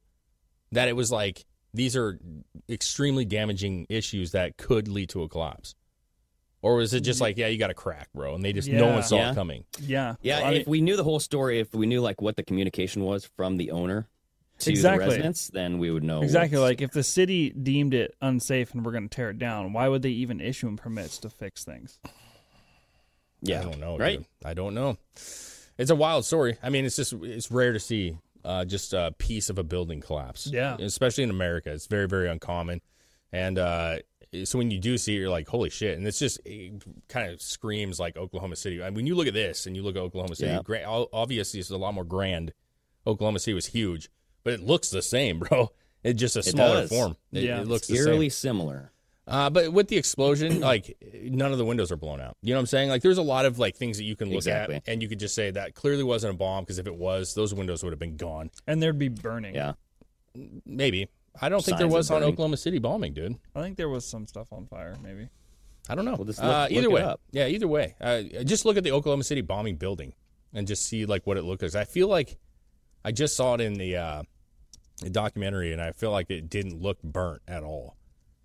that it was like these are extremely damaging issues that could lead to a collapse, or was it just like, yeah, you got a crack, bro, and they just no
Yeah.
one saw
Yeah.
it coming?
yeah,
Yeah,
I mean-
if we knew the whole story, if we knew like what the communication was from the owner to
Exactly.
the residents, then we would know
Exactly.
what's-
Like if the city deemed it unsafe and we're going to tear it down, why would they even issue them permits to fix things?
yeah,
I don't know.
right?
dude. I don't know. It's a wild story. I mean, it's just it's rare to see uh, just a piece of a building collapse.
Yeah.
especially in America, it's very very uncommon. And uh, so when you do see it, you're like, holy shit! And it's just it kind of screams like Oklahoma City. I mean, when you look at this and you look at Oklahoma City,
Yeah.
gra- o- obviously it's a lot more grand. Oklahoma City was huge, but it looks the same, bro. It's just a smaller
does.
form. It,
Yeah.
it looks the same.
eerily similar.
Uh, but with the explosion, like none of the windows are blown out. You know what I'm saying? Like there's a lot of like things that you can look
Exactly.
at and you could just say that clearly wasn't a bomb because if it was, those windows would have been gone.
And there'd be burning.
Yeah,
Maybe. I don't
Signs
think there
of
was on
burning.
Oklahoma City bombing, dude.
I think there was some stuff on fire, maybe.
I don't know.
Well, just
uh,
look-
either
look it
way,
up.
yeah, either way, uh, just look at the Oklahoma City bombing building and just see like what it looked like. I feel like I just saw it in the, uh, the documentary, and I feel like it didn't look burnt at all.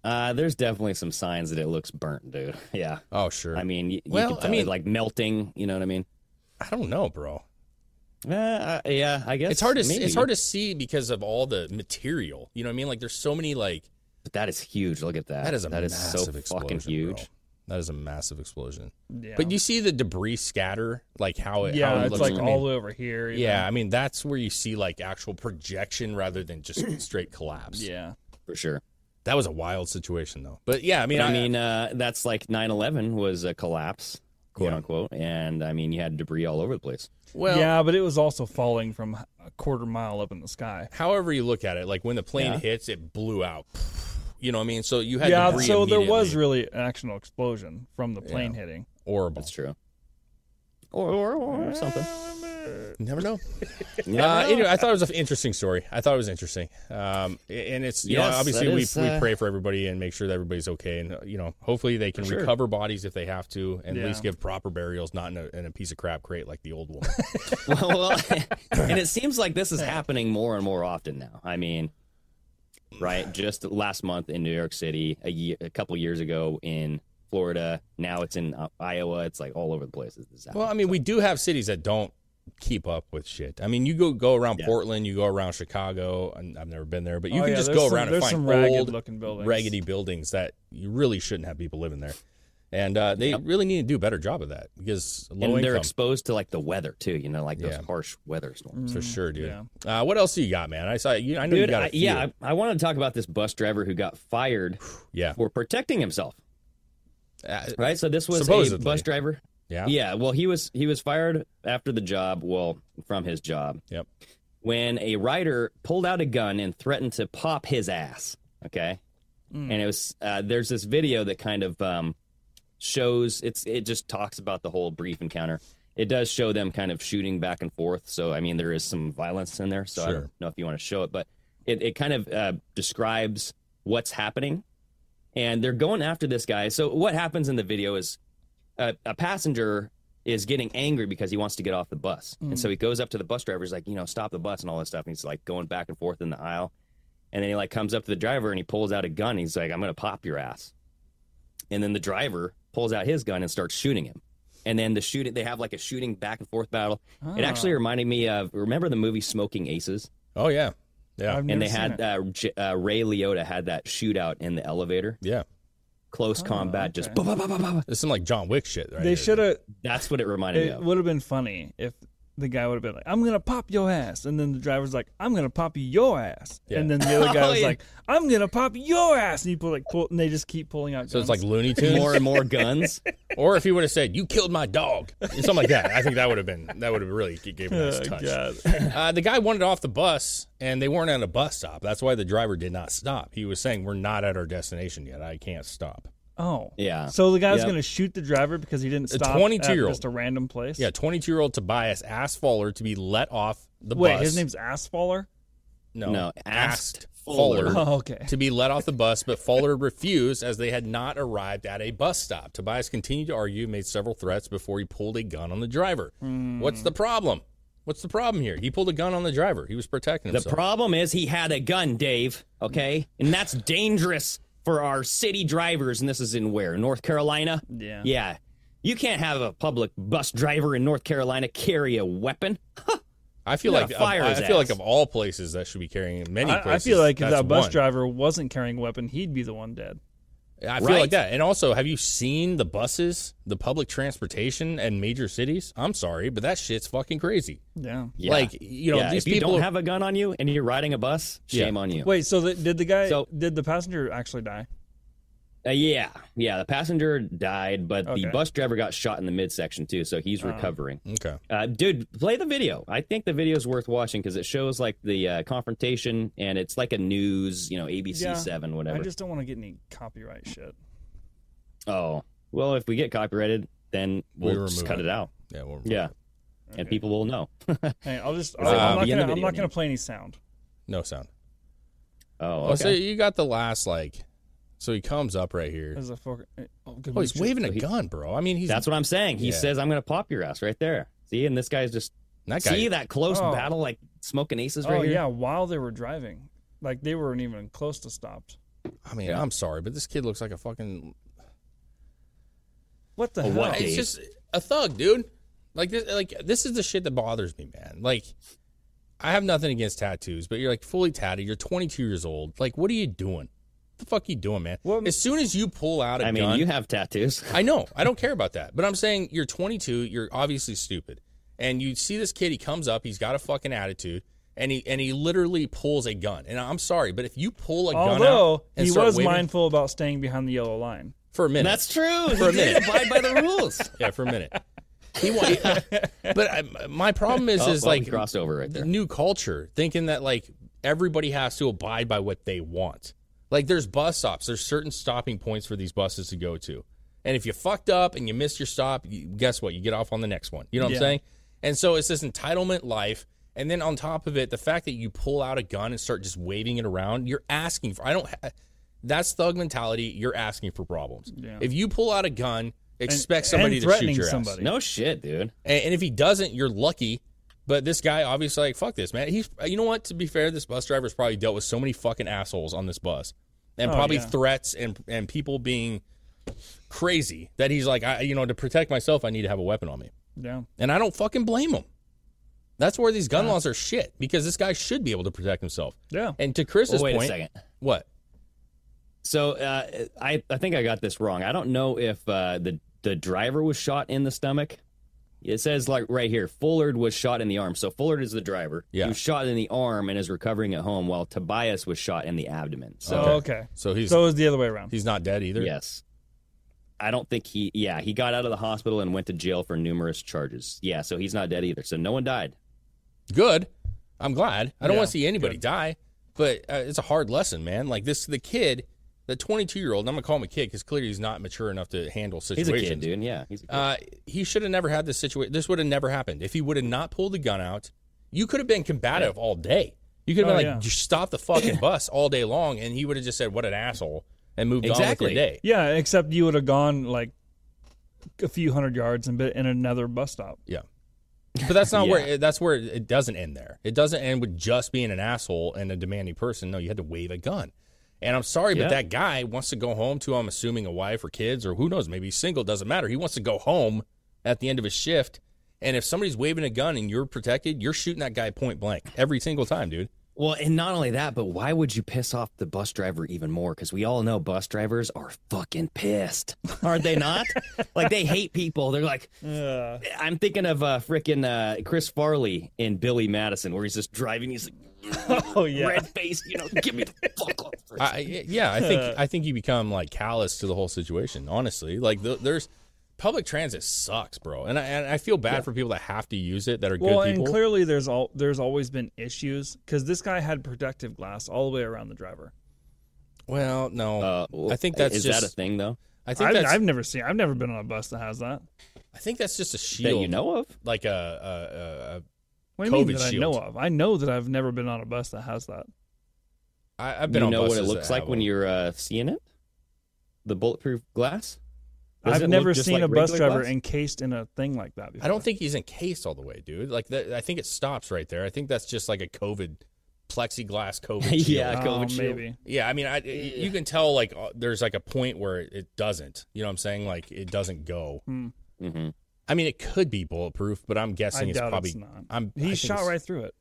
Uh, there's definitely some signs that it looks burnt, dude. Yeah.
Oh, sure.
I mean, y- you,
Well,
can
I
tell
mean-
it, like melting. You know what I mean?
I don't know, bro.
Uh, uh, yeah, I guess
It's hard to see,
maybe.
it's hard to see because of all the material. You know what I mean? Like there's so many like
But that is huge. Look at that.
that is a
that is
massive
so
explosion.
fucking huge.
bro. That is a massive explosion.
Yeah.
But you see the debris scatter, like how it how
yeah,
it
it's
looks.
like
I mean,
all over here. even.
yeah, I mean that's where you see like actual projection rather than just straight collapse.
Yeah.
for sure.
That was a wild situation though. But yeah, I mean
But I mean, uh, that's like 9/11 was a collapse, quote unquote, and I mean you had debris all over the place.
well
yeah, but it was also falling from a quarter mile up in the sky.
however you look at it, like when the plane
Yeah.
hits, it blew out. You know what I mean? So you had
yeah,
debris
so there was
immediately.
really an actual explosion from the plane hitting.
horrible.
That's true. Or or, or something.
Never know.
Yeah,
Uh, anyway, I thought it was an interesting story. I thought it was interesting, um, and it's you
Yes,
know obviously
that
we,
is,
we
uh,
pray for everybody and make sure that everybody's okay, and uh, you know hopefully they can
Sure.
recover bodies if they have to, and at
Yeah.
least give proper burials, not in a, in a piece of crap crate like the old woman.
well, well, and it seems like this is happening more and more often now. I mean, right? Just last month in New York City, a year, a couple years ago in Florida. Now it's in uh, Iowa. It's like all over the place. This is
well,
happening.
I mean we do have cities that don't keep up with shit. I mean you go go around
Yeah.
Portland, you go around Chicago, and I've never been there, but you
Oh,
can
yeah,
just
there's
go
some-
around and
there's
find
some ragged
old,
looking buildings.
raggedy buildings that you really shouldn't have people living there, and uh, they
Yep.
really need to do a better job of that because low
and they're
income.
exposed to like the weather too. You know, like those
Yeah.
harsh weather storms.
for
Mm,
sure, dude. Uh, what else do you got, man? I saw you. I know you
Dude,
got
I,
a few.
yeah, I, I wanted to talk about this bus driver who got fired
yeah,
for protecting himself.
Uh,
Right, so this was a
Supposedly.
bus driver.
yeah,
Yeah, well, he was he was fired after the job. Well, from his job.
Yep.
when a rider pulled out a gun and threatened to pop his ass. Okay, and it was uh, there's this video that kind of um, shows it's it just talks about the whole brief encounter. It does show them kind of shooting back and forth. So I mean, there is some violence in there. So I
Sure.
don't know if you want to show it, but it it kind of uh, describes what's happening, and they're going after this guy. So what happens in the video is a, a passenger is getting angry because he wants to get off the bus.
Mm.
And so he goes up to the bus driver. He's like, you know, stop the bus and all this stuff. And he's like going back and forth in the aisle. And then he like comes up to the driver and he pulls out a gun. He's like, I'm going to pop your ass. And then the driver pulls out his gun and starts shooting him. And then the shooting, they have like a shooting back and forth battle. It actually
Ah.
reminded me of, remember the movie Smoking Aces?
Oh yeah, yeah,
I've
and
never
they
seen
had
it.
uh, J- uh, Ray Liotta had that shootout in the elevator,
yeah.
close
Ah,
combat, just. bah, bah, bah, bah, bah, bah.
It's some like John Wick shit. Right
They should have.
That's what it reminded me
It
of.
would have been funny if the guy would have been like, "I'm gonna pop your ass," and then the driver's like, "I'm gonna pop your ass,"
Yeah.
and then the other guy
Oh,
was
yeah.
like, "I'm gonna pop your ass," and you pull like pull, and they just keep pulling out.
So it's like
guns.
More
Looney Tunes,
and more guns.
or if he would have said, "You killed my dog," something like that. I think that would have been that would have really g- gave him a nice
Oh,
touch.
God.
Uh, the guy wanted off the bus, and they weren't at a bus stop. That's why the driver did not stop. He was saying, "We're not at our destination yet. I can't stop."
Oh
Yeah.
So the guy's
Yep.
gonna shoot the driver because he didn't
A
stop.
22-year-old.
at just a random place.
Yeah, 22 year old Tobias asked Fowler to be let off the
Wait,
bus.
his name's Ass Faller?
no,
No, asked
asked Fowler.
Fowler.
Oh, okay.
to be let off the bus, but Fowler refused as they had not arrived at a bus stop. Tobias continued to argue, made several threats before he pulled a gun on the driver. What's the problem? What's the problem here? He pulled a gun on the driver. He was protecting
The
himself.
problem is he had a gun, Dave. Okay, and that's dangerous for our city drivers. And this is in where North Carolina.
Yeah.
Yeah, you can't have a public bus driver in North Carolina carry a weapon.
I feel
Yeah,
like
fire
I, I
his
feel like
ass.
of all places that should be carrying it, many places.
I, I feel like if
that's
that bus
one.
driver wasn't carrying a weapon, he'd be the one dead.
I feel like
Right.
that. And also, have you seen the buses, the public transportation, and major cities? I'm sorry, but that shit's fucking crazy.
Yeah.
Yeah.
Like you know,
Yeah,
these
if you
people
don't have a gun on you and you're riding a bus, shame on you.
Wait, so the, did the guy?
So-
did the passenger actually die?
Uh, yeah, yeah. The passenger died, but
Okay.
the bus driver got shot in the midsection too, so he's recovering.
okay.
Uh, dude, play the video. I think the video is worth watching because it shows like the uh, confrontation, and it's like a news, you know, ABC
Yeah.
Seven, whatever.
I just don't want to get any copyright shit.
Oh, well, if we get copyrighted, then
We
we'll
remove
just cut
it.
it, out.
Yeah, well,
Yeah. And people will know. oh,
Hey, I'll just.
Or
I'll,
like
I'm
the end
not
of
gonna.
the
I'm not
video.
gonna play any sound.
no sound. Oh, so
okay.
you got the last like, so he comes up right here.
As a fuck. Oh, good
Oh, he's
waving.
waving a gun, bro. I mean, he's
That's what I'm saying. He
Yeah.
says, I'm going to pop your ass right there. See, and this guy's just
that guy.
see that close
Oh.
battle, like smoking aces
Oh
right here.
yeah, while they were driving, like they weren't even close to stopped.
I mean, I'm sorry, but this kid looks like a fucking.
What the
A
hell?
Oh, what?
It's
Dave.
just a thug, dude. Like this, like this is the shit that bothers me, man. Like, I have nothing against tattoos, but you're like fully tatted. You're 22 years old. Like, what are you doing? What the fuck you doing, man?
Well,
as soon as you pull out a
I mean,
gun,
you have tattoos.
I know. I don't care about that. But I'm saying you're 22. You're obviously stupid. And you see this kid. He comes up. He's got a fucking attitude. And he and he literally pulls a gun. And I'm sorry, but if you pull a gun out
Although
and
he
start
was
waving-
mindful about staying behind the yellow line.
for a minute,
That's true.
For a
He did
minute.
abide by the rules.
yeah, for a minute. He wa- but I, my problem is
Oh,
is
well, we
like
crossed over right there.
new culture thinking that like everybody has to abide by what they want. Like there's bus stops, there's certain stopping points for these buses to go to, and if you fucked up and you missed your stop, you, guess what? You get off on the next one. You know what
Yeah.
I'm saying? And so it's this entitlement life. And then on top of it, the fact that you pull out a gun and start just waving it around, you're asking for. I don't. Ha- that's thug mentality. You're asking for problems. If you pull out a gun, expect
and
somebody to shoot
threatening
your ass.
somebody.
No shit, dude.
And, and if he doesn't, you're lucky. But this guy obviously like fuck this man. He's you know what? To be fair, this bus driver's probably dealt with so many fucking assholes on this bus, and
Oh,
probably
yeah.
threats and and people being crazy that he's like I you know to protect myself I need to have a weapon on me,
Yeah.
and I don't fucking blame him. That's where these gun laws are shit because this guy should be able to protect himself.
Yeah.
And to Chris's
Well, wait
point,
a second.
what?
So uh, I I think I got this wrong. I don't know if uh, the the driver was shot in the stomach. It says like right here, Fullard was shot in the arm. So Fullard is the driver.
Yeah.
He was shot in the arm and is recovering at home, while Tobias was shot in the abdomen. So
Oh, okay.
So he's
So it was the other way around.
he's not dead either.
yes, I don't think he. Yeah, he got out of the hospital and went to jail for numerous charges. Yeah, so he's not dead either. So no one died.
good. I'm glad. I don't
Yeah,
want to see anybody die, but uh, it's a hard lesson, man. Like this, the kid, the 22 year old. I'm gonna call him a kid because clearly he's not mature enough to handle
He's
situations.
a kid, dude. Yeah, he's a kid.
Uh, he should have never had this situation. This would have never happened if he would have not pulled the gun out. You could have been combative all day. You could have
Oh,
been
yeah.
like, just stop the fucking bus all day long, and he would have just said, "What an asshole," and moved on
Exactly.
with your day.
yeah, except you would have gone like a few hundred yards and been in another bus stop.
Yeah. But that's not
Yeah.
where that's where it doesn't end there. It doesn't end with just being an asshole and a demanding person. No, you had to wave a gun. And I'm sorry,
Yeah.
but that guy wants to go home to I'm assuming a wife or kids or who knows, maybe he's single, doesn't matter. He wants to go home at the end of his shift. And if somebody's waving a gun and you're protected, you're shooting that guy point blank every single time, dude.
Well, and not only that, but why would you piss off the bus driver even more? Because we all know bus drivers are fucking pissed, aren't they? Not like they hate people. They're like, I'm thinking of uh, freaking uh, Chris Farley in Billy Madison, where he's just driving, he's like,
Oh yeah.
red faced, you know, give me the fuck off.
I, I- yeah, I think I think you become like callous to the whole situation. Honestly, like the, there's public transit sucks, bro, and I, and I feel bad for people that have to use it that are
Well,
good
and
people.
clearly there's all there's always been issues because this guy had protective glass all the way around the driver.
Well, no,
Uh,
I think that's
is
just.
that a thing though
I think
I've,
that's.
I've never seen. I've never been on a bus that has that.
I think that's just a
that
shield,
you know of?
like a.
What do you mean
COVID
that
shield.
I know of? I know that I've never been on a bus that has that.
a, a I, I've been
you
on
know what
buses
it
that
looks like
have
when
them.
you're uh, seeing it, the bulletproof glass. Does it
I've
look
never
just
seen
like
a bus
regular
driver
glass?
encased in a thing like that before.
I don't think he's encased all the way, dude. Like that, I think it stops right there. I think that's just like a COVID plexiglass COVID shield.
Yeah.
Oh,
COVID shield.
maybe.
Yeah, I mean, I, you can tell like uh, there's like a point where it, it doesn't. You know what I'm saying? Like it doesn't go.
Mm-hmm.
I mean, it could be bulletproof, but I'm
I
guessing it's
doubt
probably.
it's not.
I'm. I
he
think
shot
it's-
right through it.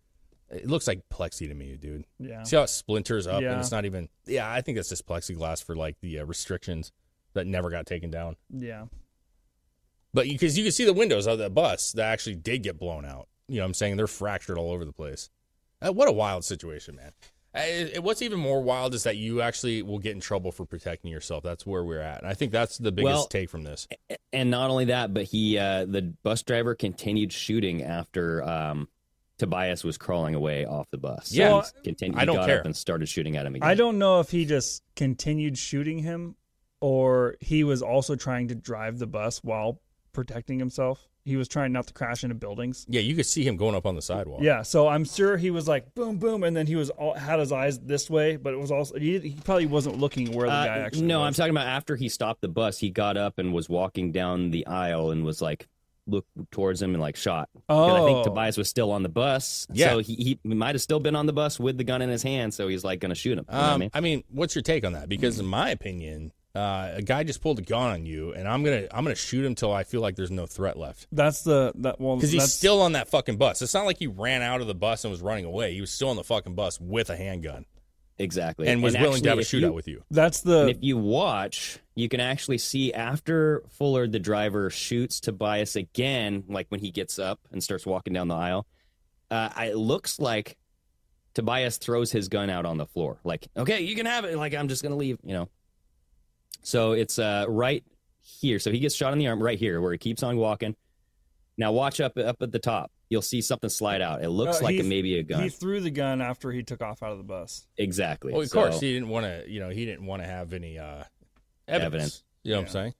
It looks like plexi to me, dude.
Yeah.
See how it splinters up,
Yeah.
and it's not even. Yeah, I think that's just plexiglass for like the uh, restrictions that never got taken down.
Yeah.
But because you, can see the windows of the bus that actually did get blown out. You know, what I'm saying they're fractured all over the place. Uh, what a wild situation, man! Uh, it- it- what's even more wild is that you actually will get in trouble for protecting yourself. That's where we're at, and I think that's the biggest
Well,
take from this.
and not only that, but he uh, the bus driver continued shooting after um, Tobias was crawling away off the bus. So
Yeah.
he continued.
I
he
don't
got
care.
up and started shooting at him again.
I don't know if he just continued shooting him or he was also trying to drive the bus while protecting himself. He was trying not to crash into buildings.
Yeah, you could see him going up on the sidewalk.
Yeah, so I'm sure he was like boom, boom, and then he was all, had his eyes this way, but it was also he, he probably wasn't looking where the
Uh,
guy actually.
no, I'm
was.
talking about after he stopped the bus. He got up and was walking down the aisle and was like, looked towards him and like shot. And I
Oh.
think Tobias was still on the bus.
Yeah.
So he, he, he might have still been on the bus with the gun in his hand. So he's like going to shoot him. You know what I
Um,
mean?
I mean, what's your take on that? Because in my opinion, uh, a guy just pulled a gun on you, and I'm gonna I'm gonna shoot him till I feel like there's no threat left.
That's the that well
Because he's
that's-
still on that fucking bus. It's not like he ran out of the bus and was running away. He was still on the fucking bus with a handgun
Exactly.
and was willing to have a
actually,
shootout
if you-
with you.
that's
And
the
if you watch, you can actually see after Fuller, the driver, shoots Tobias again, like when he gets up and starts walking down the aisle. Uh, I- it looks like Tobias throws his gun out on the floor, like, okay, you can have it. Like, I'm just going to leave, you know. So it's uh, right here. So he gets shot in the arm right here where he keeps on walking. Now, watch up up at the top. You'll see something slide out. It looks
No,
like it
he's-
may be a gun.
he threw the gun after he took off out of the bus.
Exactly.
Well, Oh, of
So-
course, he didn't want to. You know, he didn't want to have any uh, evidence.
Evidence.
You know what I'm saying?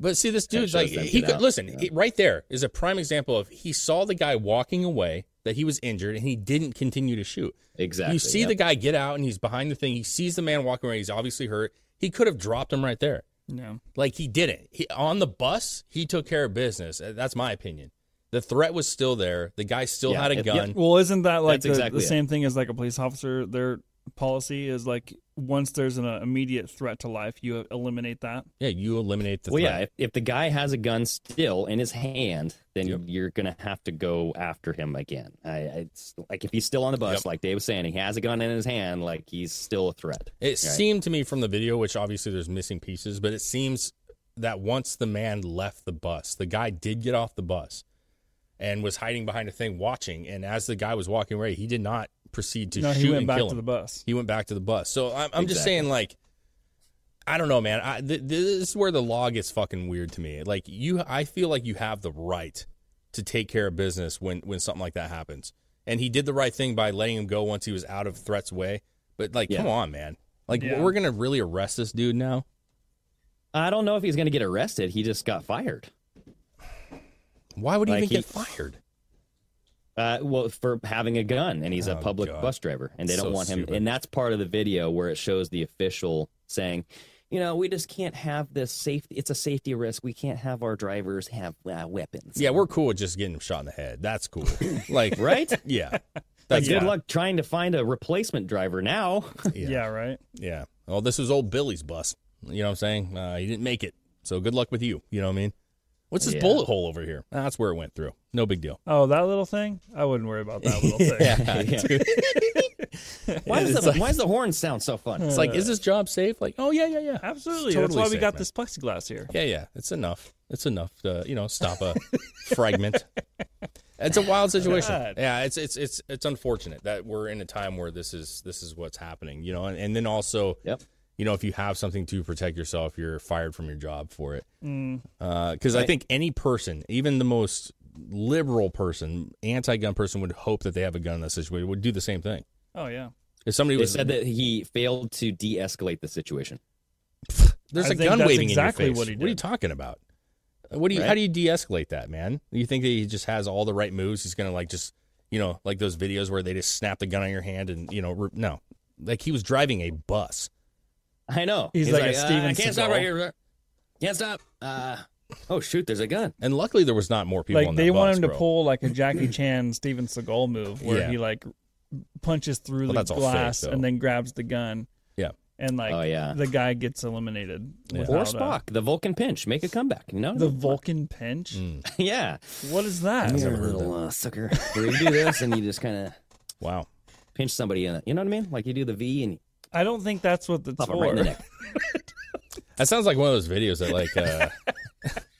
But see, this
Kinda
dude's
shows
like
them
he
get
could
out,
listen.
you know?
he- right there is a prime example of he saw the guy walking away that he was injured, and he didn't continue to shoot.
Exactly.
You see
yep.
the guy get out, and he's behind the thing. He sees the man walking away. He's obviously hurt. He could have dropped him right there.
Yeah.
Like he didn't. He, on the bus, he took care of business. Uh, That's my opinion. The threat was still there. The guy still
Yeah,
had a
if- yeah.
gun.
Well, isn't that like
That's
the,
exactly
the
it.
same thing as like a police officer? Their policy is like once there's an uh, immediate threat to life, you eliminate that.
Yeah, you eliminate the
well,
threat.
yeah. If, if the guy has a gun still in his hand, then
Yep.
you're gonna have to go after him again. I, I- it's like if he's still on the bus,
Yep.
like Dave was saying, he has a gun in his hand, like he's still a threat.
It
Right.
seemed to me from the video, which obviously there's missing pieces, but it seems that once the man left the bus, the guy did get off the bus and was hiding behind a thing watching. And as the guy was walking away, he did not proceed to
no,
shoot
he went
and
back
kill
to
him.
the bus.
He went back to the bus. So I'm, I'm just
Exactly.
saying, like, I don't know, man. I, th- this is where the law gets fucking weird to me. Like you, I feel like you have the right to take care of business when when something like that happens. And he did the right thing by letting him go once he was out of threat's way. But like, come
Yeah.
on, man. Like
Yeah.
we're gonna really arrest this dude now.
I don't know if he's gonna get arrested. He just got fired.
Why would he
Like,
even get
he-
fired?
Uh, well, for having a gun, and he's a
Oh,
public
God.
bus driver, and they don't
So
want him.
stupid.
And that's part of the video where it shows the official saying, "You know, we just can't have this safety. It's a safety risk. We can't have our drivers have uh, weapons."
Yeah, we're cool with just getting him shot in the head. That's cool. Like,
Right?
yeah,
Like,
yeah.
good luck trying to find a replacement driver now.
Yeah,
Yeah.
right.
Yeah. Well, this was old Billy's bus. You know what I'm saying? Uh, he didn't make it. So good luck with you. You know what I mean? What's this
Yeah.
bullet hole over here? Ah, that's where it went through. No big deal.
Oh, that little thing. I wouldn't worry about that little thing.
Yeah. dude.
Why does,
It's
the,
like-
why does the horn sound so fun?
It's like, is this job safe? Like, oh, yeah, yeah, yeah.
Absolutely.
It's
That's why
totally
we
safe,
got
man.
this plexiglass here.
Yeah, yeah. It's enough. It's enough to, you know, stop a fragment. It's a wild situation.
God.
Yeah, it's it's it's it's unfortunate that we're in a time where this is this is what's happening, you know, and, and then also
Yep.
you know, if you have something to protect yourself, you're fired from your job for it. Because I think any person, even the most liberal person, anti-gun person, would hope that they have a gun in that situation. Would do the same thing.
Oh yeah.
If somebody
They
was
said that he failed to de-escalate the situation.
there's
I
a
think
gun
that's
waving
exactly
in your face.
what he
are you
did.
talking about? Uh, What do you? How
Right.
do you de-escalate that, man? You think that he just has all the right moves? He's gonna like just you know like those videos where they just snap the gun on your hand and you know re- no, like he was driving a bus.
I know.
He's like a
uh,
Steven
I can't stop
Seagal.
right here. Can't stop. Uh, oh, shoot, there's a gun.
And luckily, there was not more people.
like
on
they
that
want
bus,
him to
bro.
pull like a Jackie Chan, Steven Seagal move where
Yeah.
he like punches through
Well, that's
the
all
glass
fake, though.
and then grabs the gun.
Yeah.
And like
Oh, yeah.
the guy gets eliminated.
Or
without a-
Spock, the Vulcan pinch. Make a comeback. No,
The
no.
Vulcan pinch?
Mm.
yeah.
What is that?
You're a little uh, sucker. Where you do this and you just kind of
Wow.
pinch somebody in it. You know what I mean? Like you do the V and you
I don't think that's what it's
pop
for.
them right in the neck.
That sounds like one of those videos that like uh,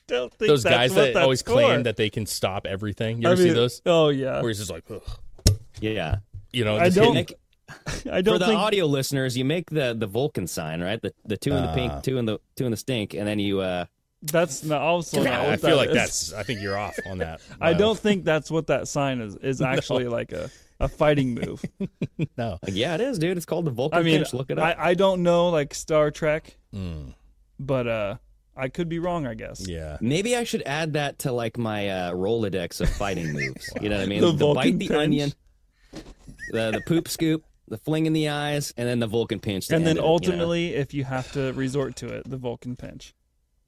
don't think
those
that's
guys
what
that
that's
always
for.
claim that they can stop everything. You
I
ever see
mean,
those?
Oh yeah.
Where he's just like, Ugh.
Yeah.
you know,
I
just
don't-
hitting-
I
For
don't
the
think
audio listeners, you make the the Vulcan sign, right? The the two in the
Ah.
pink, two in the two in the stink, and then you uh
that's not also not
I
what
feel
that
like
is.
that's. I think you're off on that.
I
Miles.
don't think that's what that sign is. Is actually like a, a fighting move.
No.
Like, yeah, it is, dude. It's called the Vulcan
I mean,
Pinch. Look it up.
I, I don't know like Star Trek, but uh, I could be wrong. I guess.
Hmm. Yeah.
Maybe I should add that to like my uh, Rolodex of fighting moves. You know what I mean?
The Vulcan
bite the
pinch.
onion, the the poop scoop, the fling in the eyes, and then the Vulcan pinch. to
And
end
then
it, you know?
ultimately, if you have to resort to it, the Vulcan pinch.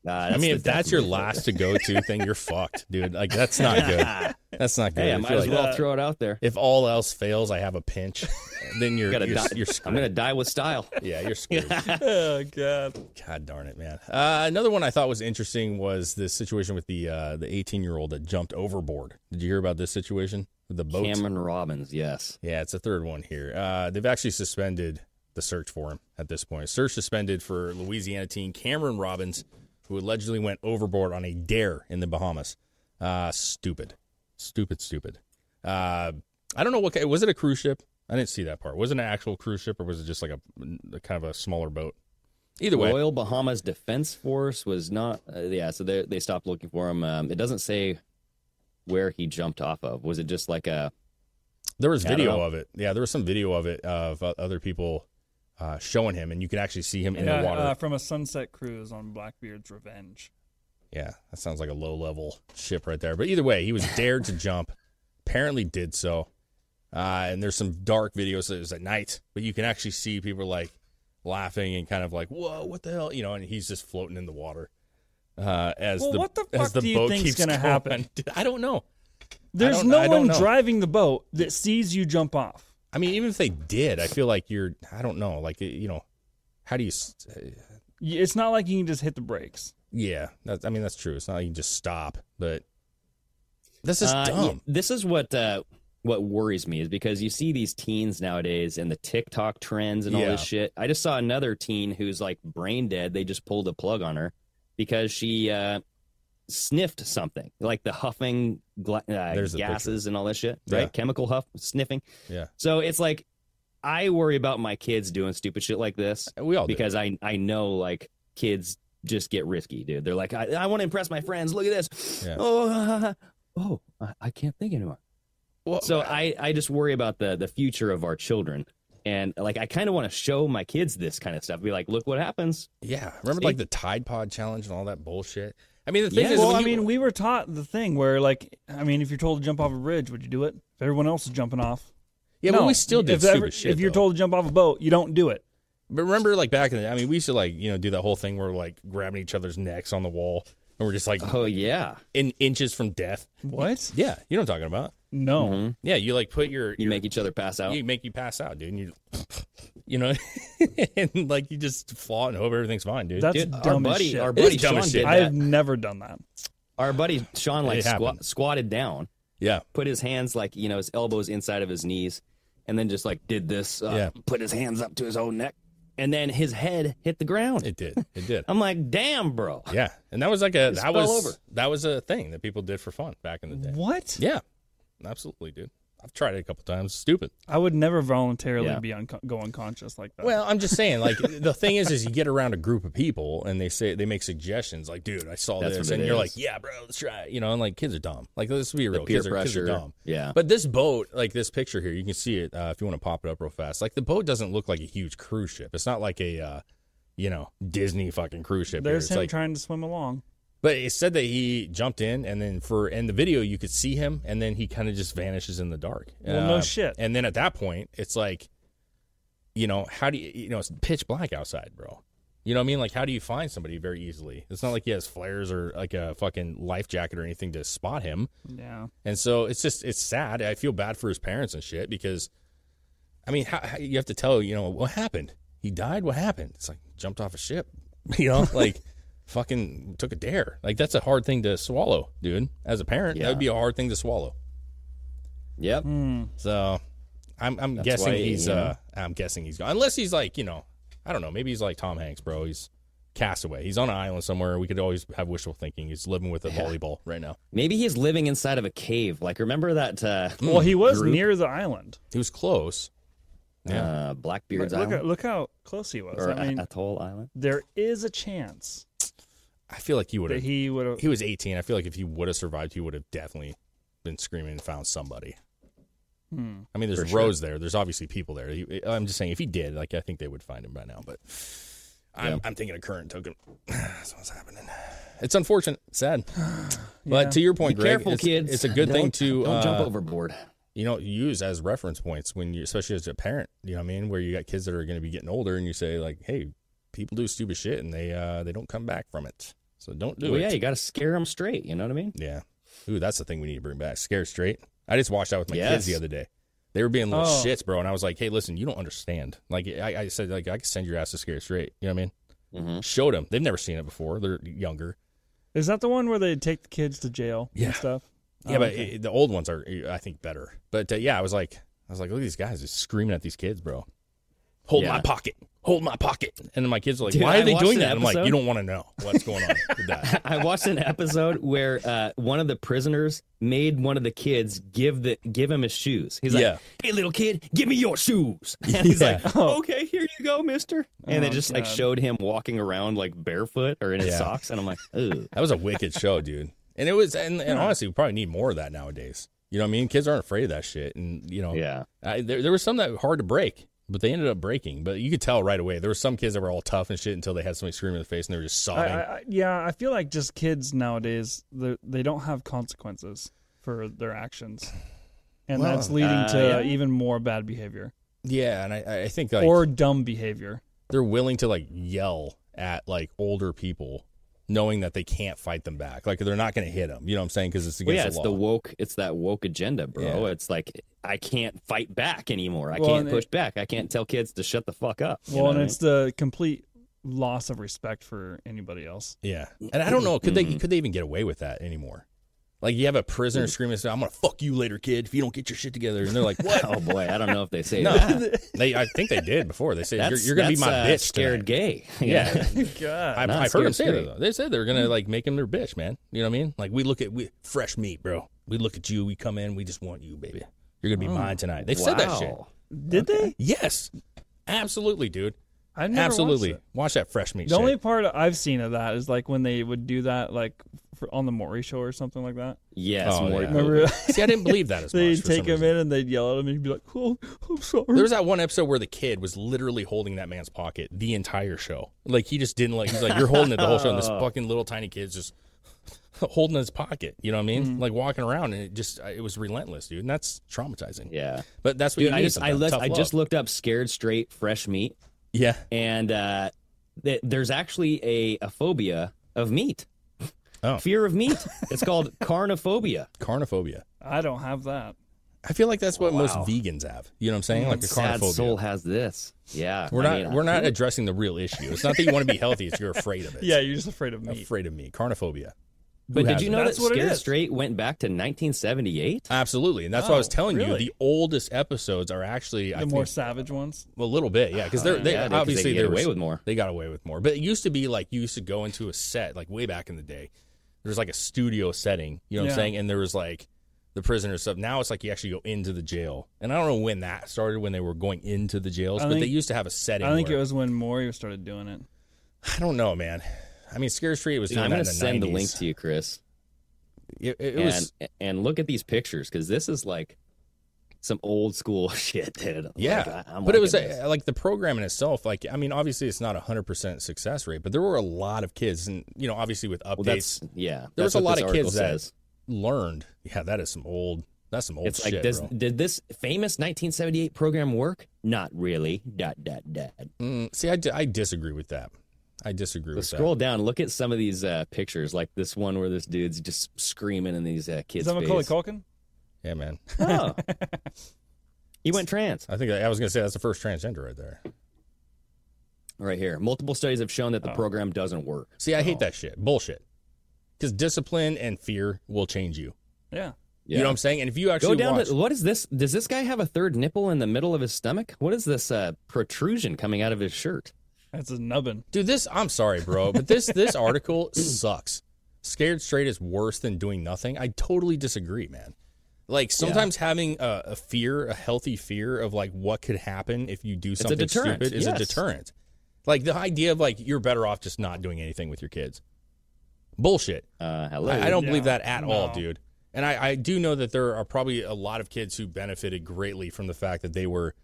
Ah,
I mean, if that's your last to go to thing, you're fucked, dude. Like that's not good. That's not good.
Hey, I
If
might
you're
as
like,
uh,
well throw it out there.
If all else fails, I have a pinch. then you're
Gotta
you're,
die.
you're
I'm
screwed.
gonna die with style.
Yeah, you're screwed.
Oh god.
God darn it, man. Uh, another one I thought was interesting was this situation with the uh, the 18 year old that jumped overboard. Did you hear about this situation? With The boat.
Cameron Robbins, yes.
Yeah, it's a third one here. Uh, they've actually suspended the search for him at this point. Search suspended for Louisiana teen Cameron Robbins, who allegedly went overboard on a dare in the Bahamas. Uh, stupid, stupid, stupid. Uh, I don't know what ki- was it a cruise ship? I didn't see that part. Was it an actual cruise ship or was it just like a, a kind of a smaller boat? Either way,
Royal Bahamas Defense Force was not. Uh, yeah, so they they stopped looking for him. Um, it doesn't say where he jumped off of. Was it just like a?
There was
Yeah, I don't
video
know.
of it. Yeah, there was some video of it of uh, other people uh, showing him, and you can actually see him in
Yeah,
the water.
uh, from a sunset cruise on Blackbeard's Revenge.
yeah, that sounds like a low level ship right there. But either way, he was dared to jump. Apparently, did so. Uh, and there's some dark videos. It was at night, but you can actually see people like laughing and kind of like, "Whoa, what the hell?" You know, and he's just floating in the water. Uh, as
Well,
the
what the
as
fuck
the
do you
boat
think's
keeps
gonna
going.
happen?
I don't know.
There's
don't-
no
I don't
one
know.
driving the boat that sees you jump off.
I mean, even if they did, I feel like you're. I don't know. Like you know, how do you? s-
Y- It's not like you can just hit the brakes.
Yeah, that's, I mean that's true. It's not like you can just stop, but this is
Uh,
dumb.
yeah, this is what uh, what worries me is because you see these teens nowadays and the TikTok trends and all this
Yeah.
shit. I just saw another teen who's like brain dead. They just pulled a plug on her because she uh, sniffed something like the huffing gla- uh,
There's the
gases and all that shit,
Yeah.
right? Chemical huff sniffing.
Yeah.
So it's like I worry about my kids doing stupid shit like this
Uh, We all do.
because I I know like kids just get risky, dude. They're like, I, I want to impress my friends. Look at this.
Yeah.
Oh, oh, I, I can't think anymore.
Well,
so I I just worry about the the future of our children, and like I kind of want to show my kids this kind of stuff. Be like, look what happens.
yeah. Remember
See?
like the Tide Pod challenge and all that bullshit. I mean the thing
Yeah.
is,
Well,
when
I
you-
mean, we were taught the thing where, like, I mean, if you're told to jump off a bridge, would you do it? If everyone else is jumping off,
yeah,
no.
but we still did
if
stupid
ever-
shit.
If you're
though.
told to jump off a boat, you don't do it.
but remember like back in the, I mean, we used to like you know do that whole thing where we're like grabbing each other's necks on the wall and we're just like
Oh yeah,
in inches from death.
What?
Yeah, you know what I'm talking about.
No.
Yeah, you like put your
you make each other pass out.
you make you pass out, dude. And you, you know, and like you just fall and hope everything's fine, dude.
That's
Dude,
dumb
our
as
buddy,
shit.
our
It is
buddy
dumb
Sean
as
did
shit.
that.
I've never done that.
Our buddy Sean like
It
squat,
happened.
squatted down,
yeah.
put his hands like you know his elbows inside of his knees, and then just like did this. Uh,
Yeah.
Put his hands up to his own neck, and then his head hit the ground.
It did. It did.
I'm like, damn, bro.
Yeah, and that was like a
Just
that
fell
was
over.
that was a thing that people did for fun back in the day.
What?
Yeah, absolutely, dude. I've tried it a couple times. Stupid.
I would never voluntarily
Yeah.
be unco- go unconscious like that.
Well, I'm just saying. Like the thing is, is you get around a group of people and they say they make suggestions. Like, dude, I saw
That's
this,
what
and
it
you're
is.
like, yeah, bro, let's try. It. You know, and like kids are dumb. Like let's be real,
peer
kids are, kids are
pressure.
dumb.
Yeah.
But this boat, like this picture here, you can see it uh, if you want to pop it up real fast. Like the boat doesn't look like a huge cruise ship. It's not like a, uh, you know, Disney fucking cruise ship. here.
there's
It's
him
like,
trying to swim along.
But it said that he jumped in, and then for in the video you could see him, and then he kind of just vanishes in the dark. Uh,
Well, no shit.
And then at that point, it's like, you know, how do you, you know, it's pitch black outside, bro. You know what I mean? Like, how do you find somebody very easily? It's not like he has flares or like a fucking life jacket or anything to spot him.
Yeah.
And so it's just it's sad. I feel bad for his parents and shit because, I mean, how, how, you have to tell you know what happened. He died. What happened? It's like jumped off a ship. You know, like fucking took a dare. Like that's a hard thing to swallow, dude. As a parent, that
Yeah.
would be a hard thing to swallow.
Yep.
Hmm. So, I'm I'm
That's
guessing
why,
he's
you know.
uh I'm guessing he's gone unless he's like you know I don't know maybe he's like Tom Hanks, bro. He's castaway. He's on an island somewhere. We could always have wishful thinking. He's living with a volleyball right now.
Maybe he's living inside of a cave. Like, remember that uh,
Well, he was
group?
near the island.
He was close. Yeah.
uh, Blackbeard's
look,
Island
look how close he was.
or
I mean,
Atoll Island?
there is a chance
I feel like he would
that
have
he would have.
he was 18. I feel like if he would have survived, he would have definitely been screaming and found somebody. I mean, there's rows there. There's obviously people there. He- I'm just saying, if he did, like, I think they would find him by now. But I'm, I'm thinking a current token. That's what's happening. It's unfortunate, sad. But to your point,
Be
Greg,
careful,
it's,
kids.
it's a good thing
Don't-
to
don't jump
uh,
overboard.
you know, use as reference points when you, especially as a parent, you know what I mean, where you got kids that are going to be getting older and you say like, Hey, people do stupid shit and they, uh, they don't come back from it. So don't do
Well,
it.
yeah, you got to scare them straight. You know what I mean?
Yeah. Ooh, that's the thing we need to bring back. Scare straight. I just watched that with my
Yes.
kids the other day. They were being little
Oh.
shits, bro. And I was like, hey, listen, you don't understand. Like, I, I said, like, I can send your ass to Scare Straight. You know what I mean?
Mm-hmm.
Showed them. They've never seen it before. They're younger.
Is that the one where they take the kids to jail
Yeah.
and stuff?
Yeah,
Oh,
but
okay.
it- the old ones are, I think, better. But uh, yeah, I was like, I was like, look at these guys just screaming at these kids, bro. Hold my
Yeah.
pocket. Hold my pocket. And then my kids are like,
Dude,
why are
I
they
watched
doing
an
that? And I'm like,
episode.
you don't want to know what's going on with that.
I watched an episode where uh, one of the prisoners made one of the kids give the give him his shoes. He's like,
Yeah.
"Hey, little kid, give me your shoes." And he's
Yeah. Oh.
like, "Okay, here you go, Mister." And they
Oh,
just like
God.
showed him walking around like barefoot or in his
Yeah.
socks, and I'm like, "Ugh."
That was a wicked show, dude. And it was, and, and honestly, we probably need more of that nowadays. You know what I mean? Kids aren't afraid of that shit. And, you know,
Yeah.
I, there, there was some that were hard to break, but they ended up breaking. But you could tell right away. There were some kids that were all tough and shit until they had somebody screaming in the face and they were just
I,
sobbing.
I, I- yeah, I feel like just kids nowadays they they don't have consequences for their actions, and
Well,
that's leading
uh,
to
yeah.
even more bad behavior
yeah. And I, I think like,
or dumb behavior.
they're willing to like yell at like older people knowing that they can't fight them back. Like they're not going to hit them. You know what I'm saying? Because it's
Well,
against
yeah, it's
the law.
the woke. It's that woke agenda, bro.
Yeah.
It's like I can't fight back anymore. I
Well,
can't
and
push
it-
back. I can't tell kids to shut the fuck up. You know what
well, and
I
it's the complete loss of respect for anybody else.
Yeah, and I don't know. Could they could they even get away with that anymore? Like you have a prisoner screaming, "I'm gonna fuck you later, kid, if you don't get your shit together," and they're like, "What?"
mean? Oh boy, I don't know if they say
no,
that.
they. I think they did before. They said, "You're,
That's-
you're gonna be
that's,
my
uh,
bitch."
Scared
tonight."
gay.
Yeah, I've,
Not
I've heard them say
scared
that. Though. They said they're gonna like make him their bitch, man. You know what I mean? Like we look at we fresh meat, bro. We look at you. We come in. We just want you, baby. You're gonna be mine tonight. They've said that shit.
Wow.
Did they?
Yes, absolutely, dude.
I never watched
Absolutely.
it.
Watch that fresh meat.
The only
shit.
part I've seen of that is like when they would do that, like for, on the Maury show or something like that.
Yes,
Oh,
more
yeah.
Remember,
See, I didn't believe that as much.
they'd
for some
take him
reason.
in and they'd yell at him, and he'd be like, "Oh, I'm sorry."
There was that one episode where the kid was literally holding that man's pocket the entire show. Like he just didn't like. He's like, "You're holding it the whole show." And this fucking little tiny kid's just holding his pocket. You know what I mean?
Mm-hmm.
Like walking around, and it just it was relentless, dude. And that's traumatizing.
Yeah.
but that's what
Dude,
you
I
need
just I,
sometimes,
looked,
tough
I
love.
just looked up scared straight fresh meat,
yeah.
and uh, th- there's actually a, a phobia of meat.
Oh.
Fear of meat. It's called carnophobia.
Carnophobia.
I don't have that.
I feel like that's what most
Wow. Mm-hmm.
vegans have. You know what I'm saying? Like a
Sad
carnophobia.
soul has this. Yeah,
We're
I
not
mean,
we're not addressing the real issue. It's not that you want to be healthy; it's you're afraid of it.
Yeah, you're just afraid of meat.
afraid of me. Carnophobia.
But
Who
did
has
you
it?
know
That's
that
what it
Scared
is.
Straight went back to 1978?
Absolutely, and that's what I was
Oh,
telling you.
really?
The oldest episodes are actually I
the
think,
more savage ones.
A little bit, yeah, because they're they,
Oh, yeah, they- 'cause they
obviously
get
there was-
away with more.
They got away with more, but it used to be like you used to go into a set like way back in the day. There was like a studio setting, you know what I'm
Yeah.
saying, and there was like the prisoner stuff. Now it's like you actually go into the jail, and I don't know when that started when they were going into the jails,
I
but they
think-
used to have a setting.
I think
where-
it was when Maury started doing it.
I don't know, man. I mean, Scare Street was
Dude,
doing
I'm
that
going
in
to
the
send
90s.
the link to you, Chris.
It, it
and,
was
and look at these pictures because this is like some old school shit, dude. Like,
Yeah,
I- I'm
but it was
liking
uh
this.
like the program in itself. Like, I mean, obviously, it's not a hundred percent success rate, but there were a lot of kids, and you know, obviously, with updates,
well, that's yeah.
there
that's
was a
what
lot
this
of kids
article
that
says.
learned. Yeah, that is some old. That's some old
It's
shit,
like, does,
bro.
did this famous 1978 program work? Not really. Dot dot dot.
Mm, see, I, di- I disagree with that. I disagree
So
with
scroll down. Look at some of these uh, pictures, like this one where this dude's just screaming in these uh,
Is
kids.
that Macaulay
face.
Culkin?
that. Yeah, man.
Oh. he went trans.
I think I was gonna say that's the first transgender right there.
Right here. Multiple studies have shown that the program doesn't work.
Oh. See, I hate that shit. Bullshit. Because discipline and fear will change you.
Yeah.
You know what I'm saying? And if you
Go
actually
down
watch,
to what is this? Does this guy have a third nipple in the middle of his stomach? What is this uh, protrusion coming out of his shirt?
That's a nubbin.
dude, this I'm sorry, bro, but this this article sucks. Scared straight is worse than doing nothing. I totally disagree, man. Like sometimes having a, a fear, a healthy fear of like what could happen if you do
a
something
deterrent,
stupid is
yes.
a deterrent. Like the idea of like you're better off just not doing anything with your kids. Bullshit.
Uh, hello.
I, I don't believe
Yeah.
that at all,
No.
dude. And I, I do know that there are probably a lot of kids who benefited greatly from the fact that they were,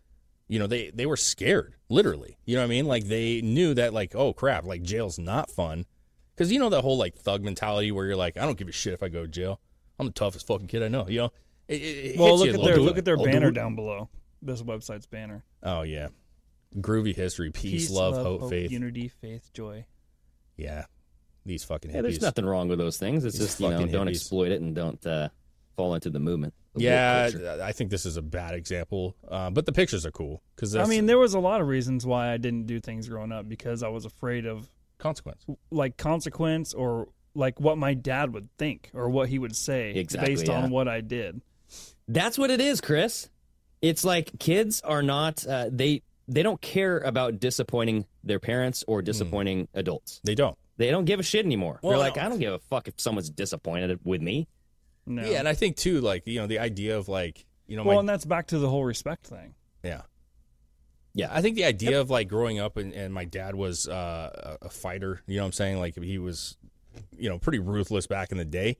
you know, they they were scared, literally. You know what I mean? Like they knew that, like, oh crap, like jail's not fun, because you know that whole like thug mentality where you're like, I don't give a shit if I go to jail. I'm the toughest fucking kid I know. You know. It, it, it
Well, look
hits you a
at
little
their
bit.
look at their
I'll do
banner
it.
down below. This website's banner.
Oh yeah, groovy history, peace, love, hope, faith.
unity, faith, joy.
Yeah, These fucking hippies.
Yeah, there's nothing wrong with those things. It's
These
just you know
fucking
don't
hippies.
exploit it and don't uh, fall into the movement. the woke
Yeah,
culture.
I think this is a bad example, uh, but the pictures are cool because
I mean, there was a lot of reasons why I didn't do things growing up because I was afraid of
consequence.
like consequence or like what my dad would think or what he would say
Exactly,
based
yeah.
on what I did.
That's what it is, Chris. It's like kids are not uh, they they don't care about disappointing their parents or disappointing adults.
They don't.
They don't give a shit anymore.
Hmm. Well,
They're like,
no.
I don't give a fuck if someone's disappointed with me.
No.
Yeah, and I think too, like you know, the idea of like you know,
well,
my-
and that's back to the whole respect thing.
yeah,
Yeah.
I think the idea of like growing up and, and my dad was uh, a a fighter. You know what I'm saying? Like he was, you know, pretty ruthless back in the day.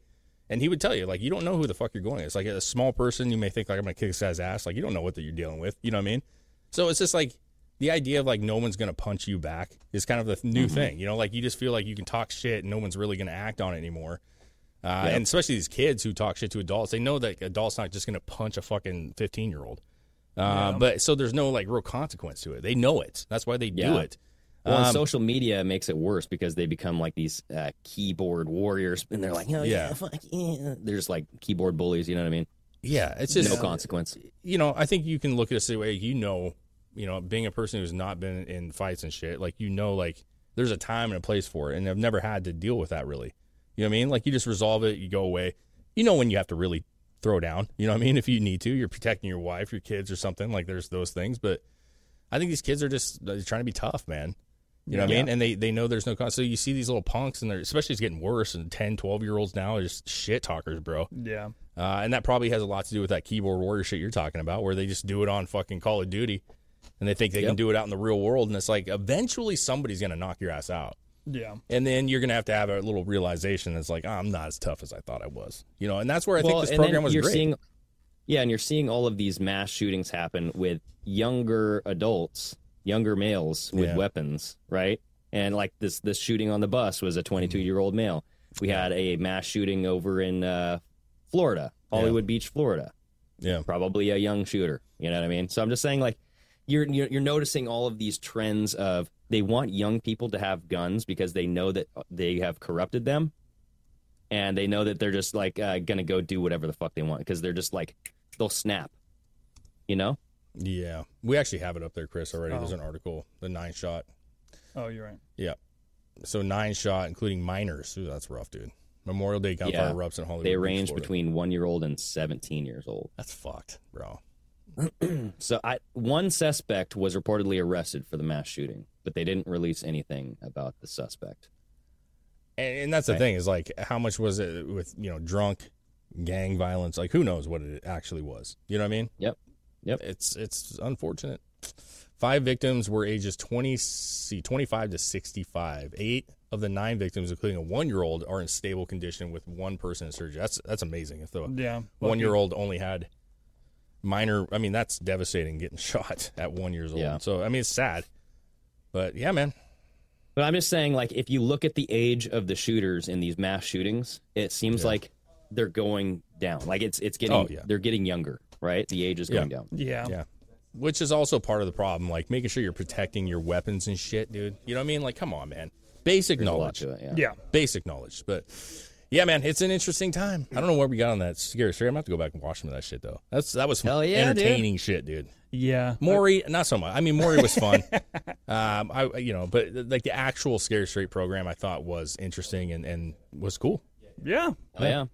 And he would tell you, like, you don't know who the fuck you're going. It's like a small person, you may think like I'm gonna kick this guy's ass. Like you don't know what that you're dealing with. You know what I mean? So it's just like the idea of like no one's gonna punch you back is kind of the
Mm-hmm.
new thing. You know, like you just feel like you can talk shit and no one's really gonna act on it anymore. Uh,
Yep.
And especially these kids who talk shit to adults, they know that adults not just gonna punch a fucking 15 year old. Uh, But so there's no like real consequence to it. They know it. That's why they do
Yeah.
it.
Well, and
Um,
social media makes it worse because they become like these uh, keyboard warriors, and they're like, oh, yeah,
Yeah.
fuck yeah. They're just like keyboard bullies. You know what I mean?
Yeah, it's just
No consequence.
you know, I think you can look at this way. You know, you know, being a person who's not been in fights and shit, like you know, like there's a time and a place for it, and I've never had to deal with that really. You know what I mean? Like you just resolve it, you go away. You know when you have to really throw down. You know what I mean? If you need to, you're protecting your wife, your kids, or something. Like there's those things, but I think these kids are just they're trying to be tough, man. You know what I mean? And they they know there's no cost. So you see these little punks, and they're especially it's getting worse. And 10, 12 year olds now are just shit talkers, bro.
Yeah.
Uh, and that probably has a lot to do with that keyboard warrior shit you're talking about, where they just do it on fucking Call of Duty, and they think they can
Yep.
do it out in the real world, and it's like eventually somebody's gonna knock your ass out,
Yeah.
and then you're gonna have to have a little realization that's like, "Ah, I'm not as tough as I thought I was, you know. And that's where I
Well,
think this
and then
program was
you're
great.
Seeing, yeah, and you're seeing all of these mass shootings happen with younger adults, younger males with
Yeah.
weapons, right? And like this, this shooting on the bus was a
Mm-hmm.
22 year old male. We had a mass shooting over in uh, Florida, Hollywood Beach, Florida.
yeah,
probably a young shooter. You know what I mean? So I'm just saying, like, you're you're, you're noticing all of these trends of they want young people to have guns because they know that they have corrupted them, and they know that they're just like uh, gonna go do whatever the fuck they want because they're just like they'll snap. You know?
yeah. We actually have it up there, Chris. Already, there's
Oh.
an article, the nine shot.
Oh, you're right.
Yeah, so nine shot, including minors. Ooh, that's rough, dude. Memorial Day gunfire
Yeah.
erupts in Hollywood.
They
Beach,
range
Florida.
between one year old and 17 years old.
That's fucked, bro.
So I one suspect was reportedly arrested for the mass shooting, but they didn't release anything about the suspect.
And, and that's the thing is like, how much was it with you know drunk gang violence? Like, who knows what it actually was? You know what I mean?
Yep. Yep.
It's it's unfortunate. Five victims were ages twenty see twenty five to sixty five. Eight of the nine victims, including a one year old, are in stable condition with one person in surgery. That's that's amazing. If the
Yeah.
one year old only had minor, I mean that's devastating. Getting shot at one years old.
Yeah.
So I mean it's sad, but yeah, man.
But I'm just saying, like, if you look at the age of the shooters in these mass shootings, it seems like they're going down. Like it's it's getting
Oh, yeah.
they're getting younger, right? The age is going down.
Yeah.
Yeah. Um, Which is also part of the problem, like making sure you're protecting your weapons and shit, dude. You know what I mean? Like, come on, man. Basic
There's a lot
knowledge.
to it, yeah.
Yeah.
Basic knowledge. But yeah, man, it's an interesting time. I don't know where we got on that scary story. I'm gonna have to go back and watch some of that shit though. That's that was
Hell yeah, dude.
entertaining shit, dude.
Yeah.
Maury, not so much. I mean, Maury was fun. um, I you know, but like the actual scary straight program, I thought was interesting and, and was cool.
Yeah.
Oh, yeah.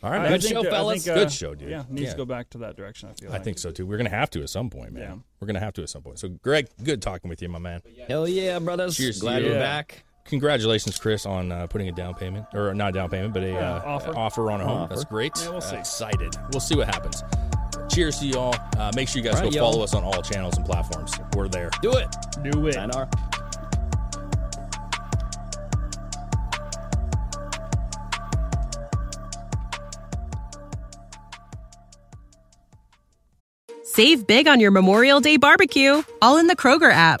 All right,
I
man.
think
show,
that- I
fellas.
think, uh,
Good show, dude.
Yeah. Needs
Yeah.
to go back to that direction, I feel
I
like.
think so too. We're gonna have to at some point, man.
Yeah.
We're gonna have to at some point. So, Greg, good talking with you, my man.
Hell yeah, brothers.
Cheers to
Glad
you.
you're
Yeah.
back.
congratulations, Chris, on uh, putting a down payment or not a down payment, but a uh,
offer.
offer on a home.
Offer.
That's great.
Yeah, we'll see.
Uh, excited. We'll see what happens. Cheers to y'all. Uh, make sure you guys
All right,
go
y'all.
follow us on all channels and platforms. We're there.
Do it.
Do it.
Sayonara.
Save big on your Memorial Day barbecue, all in the Kroger app.